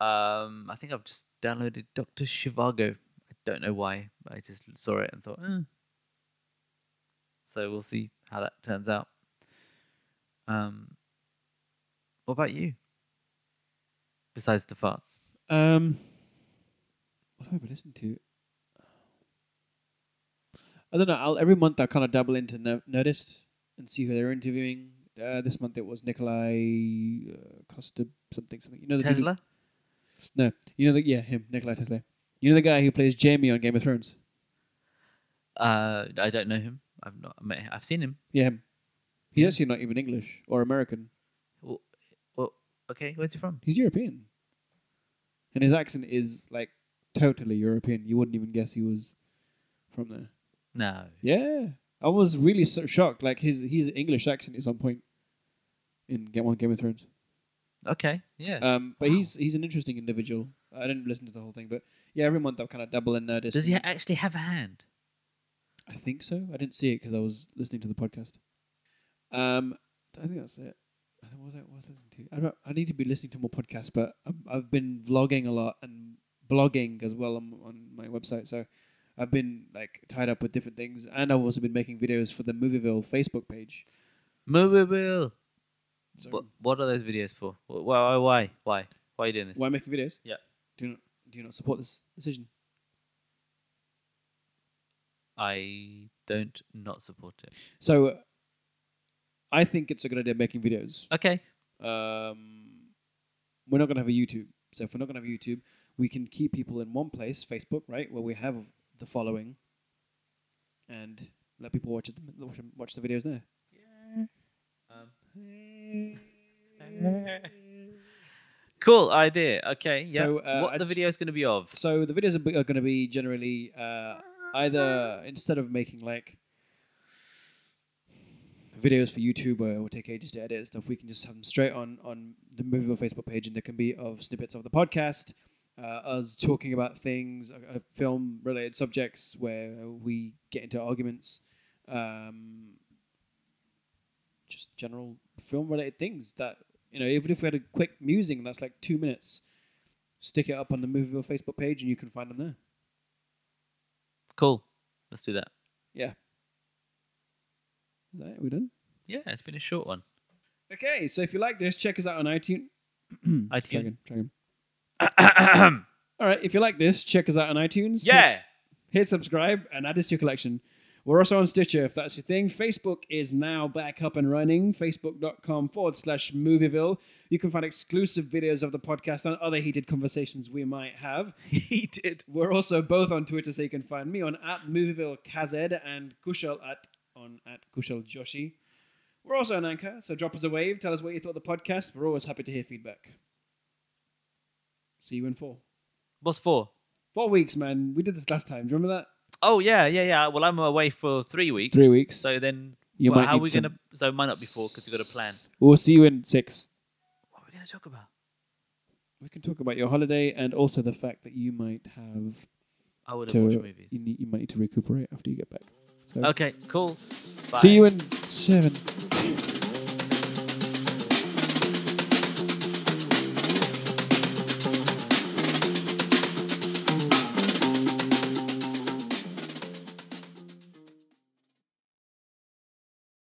A: Um, I think I've just downloaded Doctor Shivago. I don't know why. I just saw it and thought, eh. so we'll see how that turns out. Um, what about you? Besides the farts,
B: Um, what have I been listening to? I don't know. I'll, every month I kind of dabble into Nerd- Nerdist and see who they're interviewing. Uh, this month it was Nikolai uh, Costa something something. You know the dude who-
A: Tesla.
B: no, you know the yeah him Nikolai Tesla. You know the guy who plays Jamie on Game of Thrones.
A: Uh, I don't know him. I've not. I mean, I've seen him.
B: Yeah, him. He's
A: Yeah.
B: actually not even English or American.
A: Well, well, okay. Where's he from?
B: He's European, and his accent is like totally European. You wouldn't even guess he was from there.
A: No.
B: Yeah, I was really so shocked. Like his his English accent is on point in Game One Game of Thrones.
A: Okay. Yeah.
B: Um, but
A: Wow.
B: he's he's an interesting individual. I didn't listen to the whole thing, but yeah, every month I've kind of double in Nerdist.
A: Does he ha- actually have a hand?
B: I think so. I didn't see it because I was listening to the podcast. Um, I think that's it. I think- What was I, what was I listening to? I, don't, I need to be listening to more podcasts, but I've, I've been vlogging a lot and blogging as well on, on my website. So I've been like tied up with different things, and I've also been making videos for the Movieville Facebook page.
A: Movie Bill.
B: So
A: What, what are those videos for? Wh- Why? Why? Why? Why, why are you doing this?
B: Why making videos?
A: Yeah.
B: Do you not do you not support this decision? Mm.
A: I don't not support it.
B: So I think it's a good idea making videos.
A: Okay.
B: Um, we're not going to have a YouTube. So if we're not going to have a YouTube, we can keep people in one place, Facebook, right, where we have the following, and let people watch it, watch, watch the videos there.
A: cool idea. Okay, yeah.
B: So, uh,
A: what
B: I
A: the
B: just-
A: video's going to be of?
B: So the videos are, are going to be generally uh, either instead of making like videos for YouTube where it will take ages to edit and stuff, we can just have them straight on on the movable Facebook page, and there can be of snippets of the podcast, uh, us talking about things, uh, film related subjects where we get into arguments, um, just general film related things that you know even if we had a quick musing that's like two minutes stick it up on the Movieville Facebook page and you can find them there.
A: Cool. Let's do that.
B: Is that it? We done?
A: Yeah, it's been a short
B: (coughs)
A: one. (coughs)
B: Okay, so if you like this, check us out on (clears throat) iTunes.
A: iTunes.
B: Try again, try again. All right, if you like this, check us out on iTunes.
A: yeah.
B: Hit, hit subscribe and add us to your collection. We're also on Stitcher if that's your thing. Facebook is now back up and running. Facebook.com forward slash Movieville. You can find exclusive videos of the podcast and other heated conversations we might have.
A: he did.
B: We're also both on Twitter, so you can find me on at Movieville KZ and Kushal at on at Kushal Joshi. We're also on Anchor, so drop us a wave. Tell us what you thought of the podcast. We're always happy to hear feedback. See you in four.
A: What's for?
B: Four weeks, man. We did this last time. Do you remember that?
A: Oh yeah, yeah, yeah. Well, I'm away for three weeks.
B: Three weeks.
A: So then,
B: You
A: well,
B: might
A: how are
B: need
A: we
B: some-
A: gonna? So it might not be four because we've got a plan.
B: We'll see you in six.
A: What are we gonna talk about?
B: We can talk about your holiday and also the fact that you might have
A: I would have
B: to
A: watched movies.
B: You, need, you might need to recuperate after you get back.
A: Okay, cool. Bye.
B: See you in seven.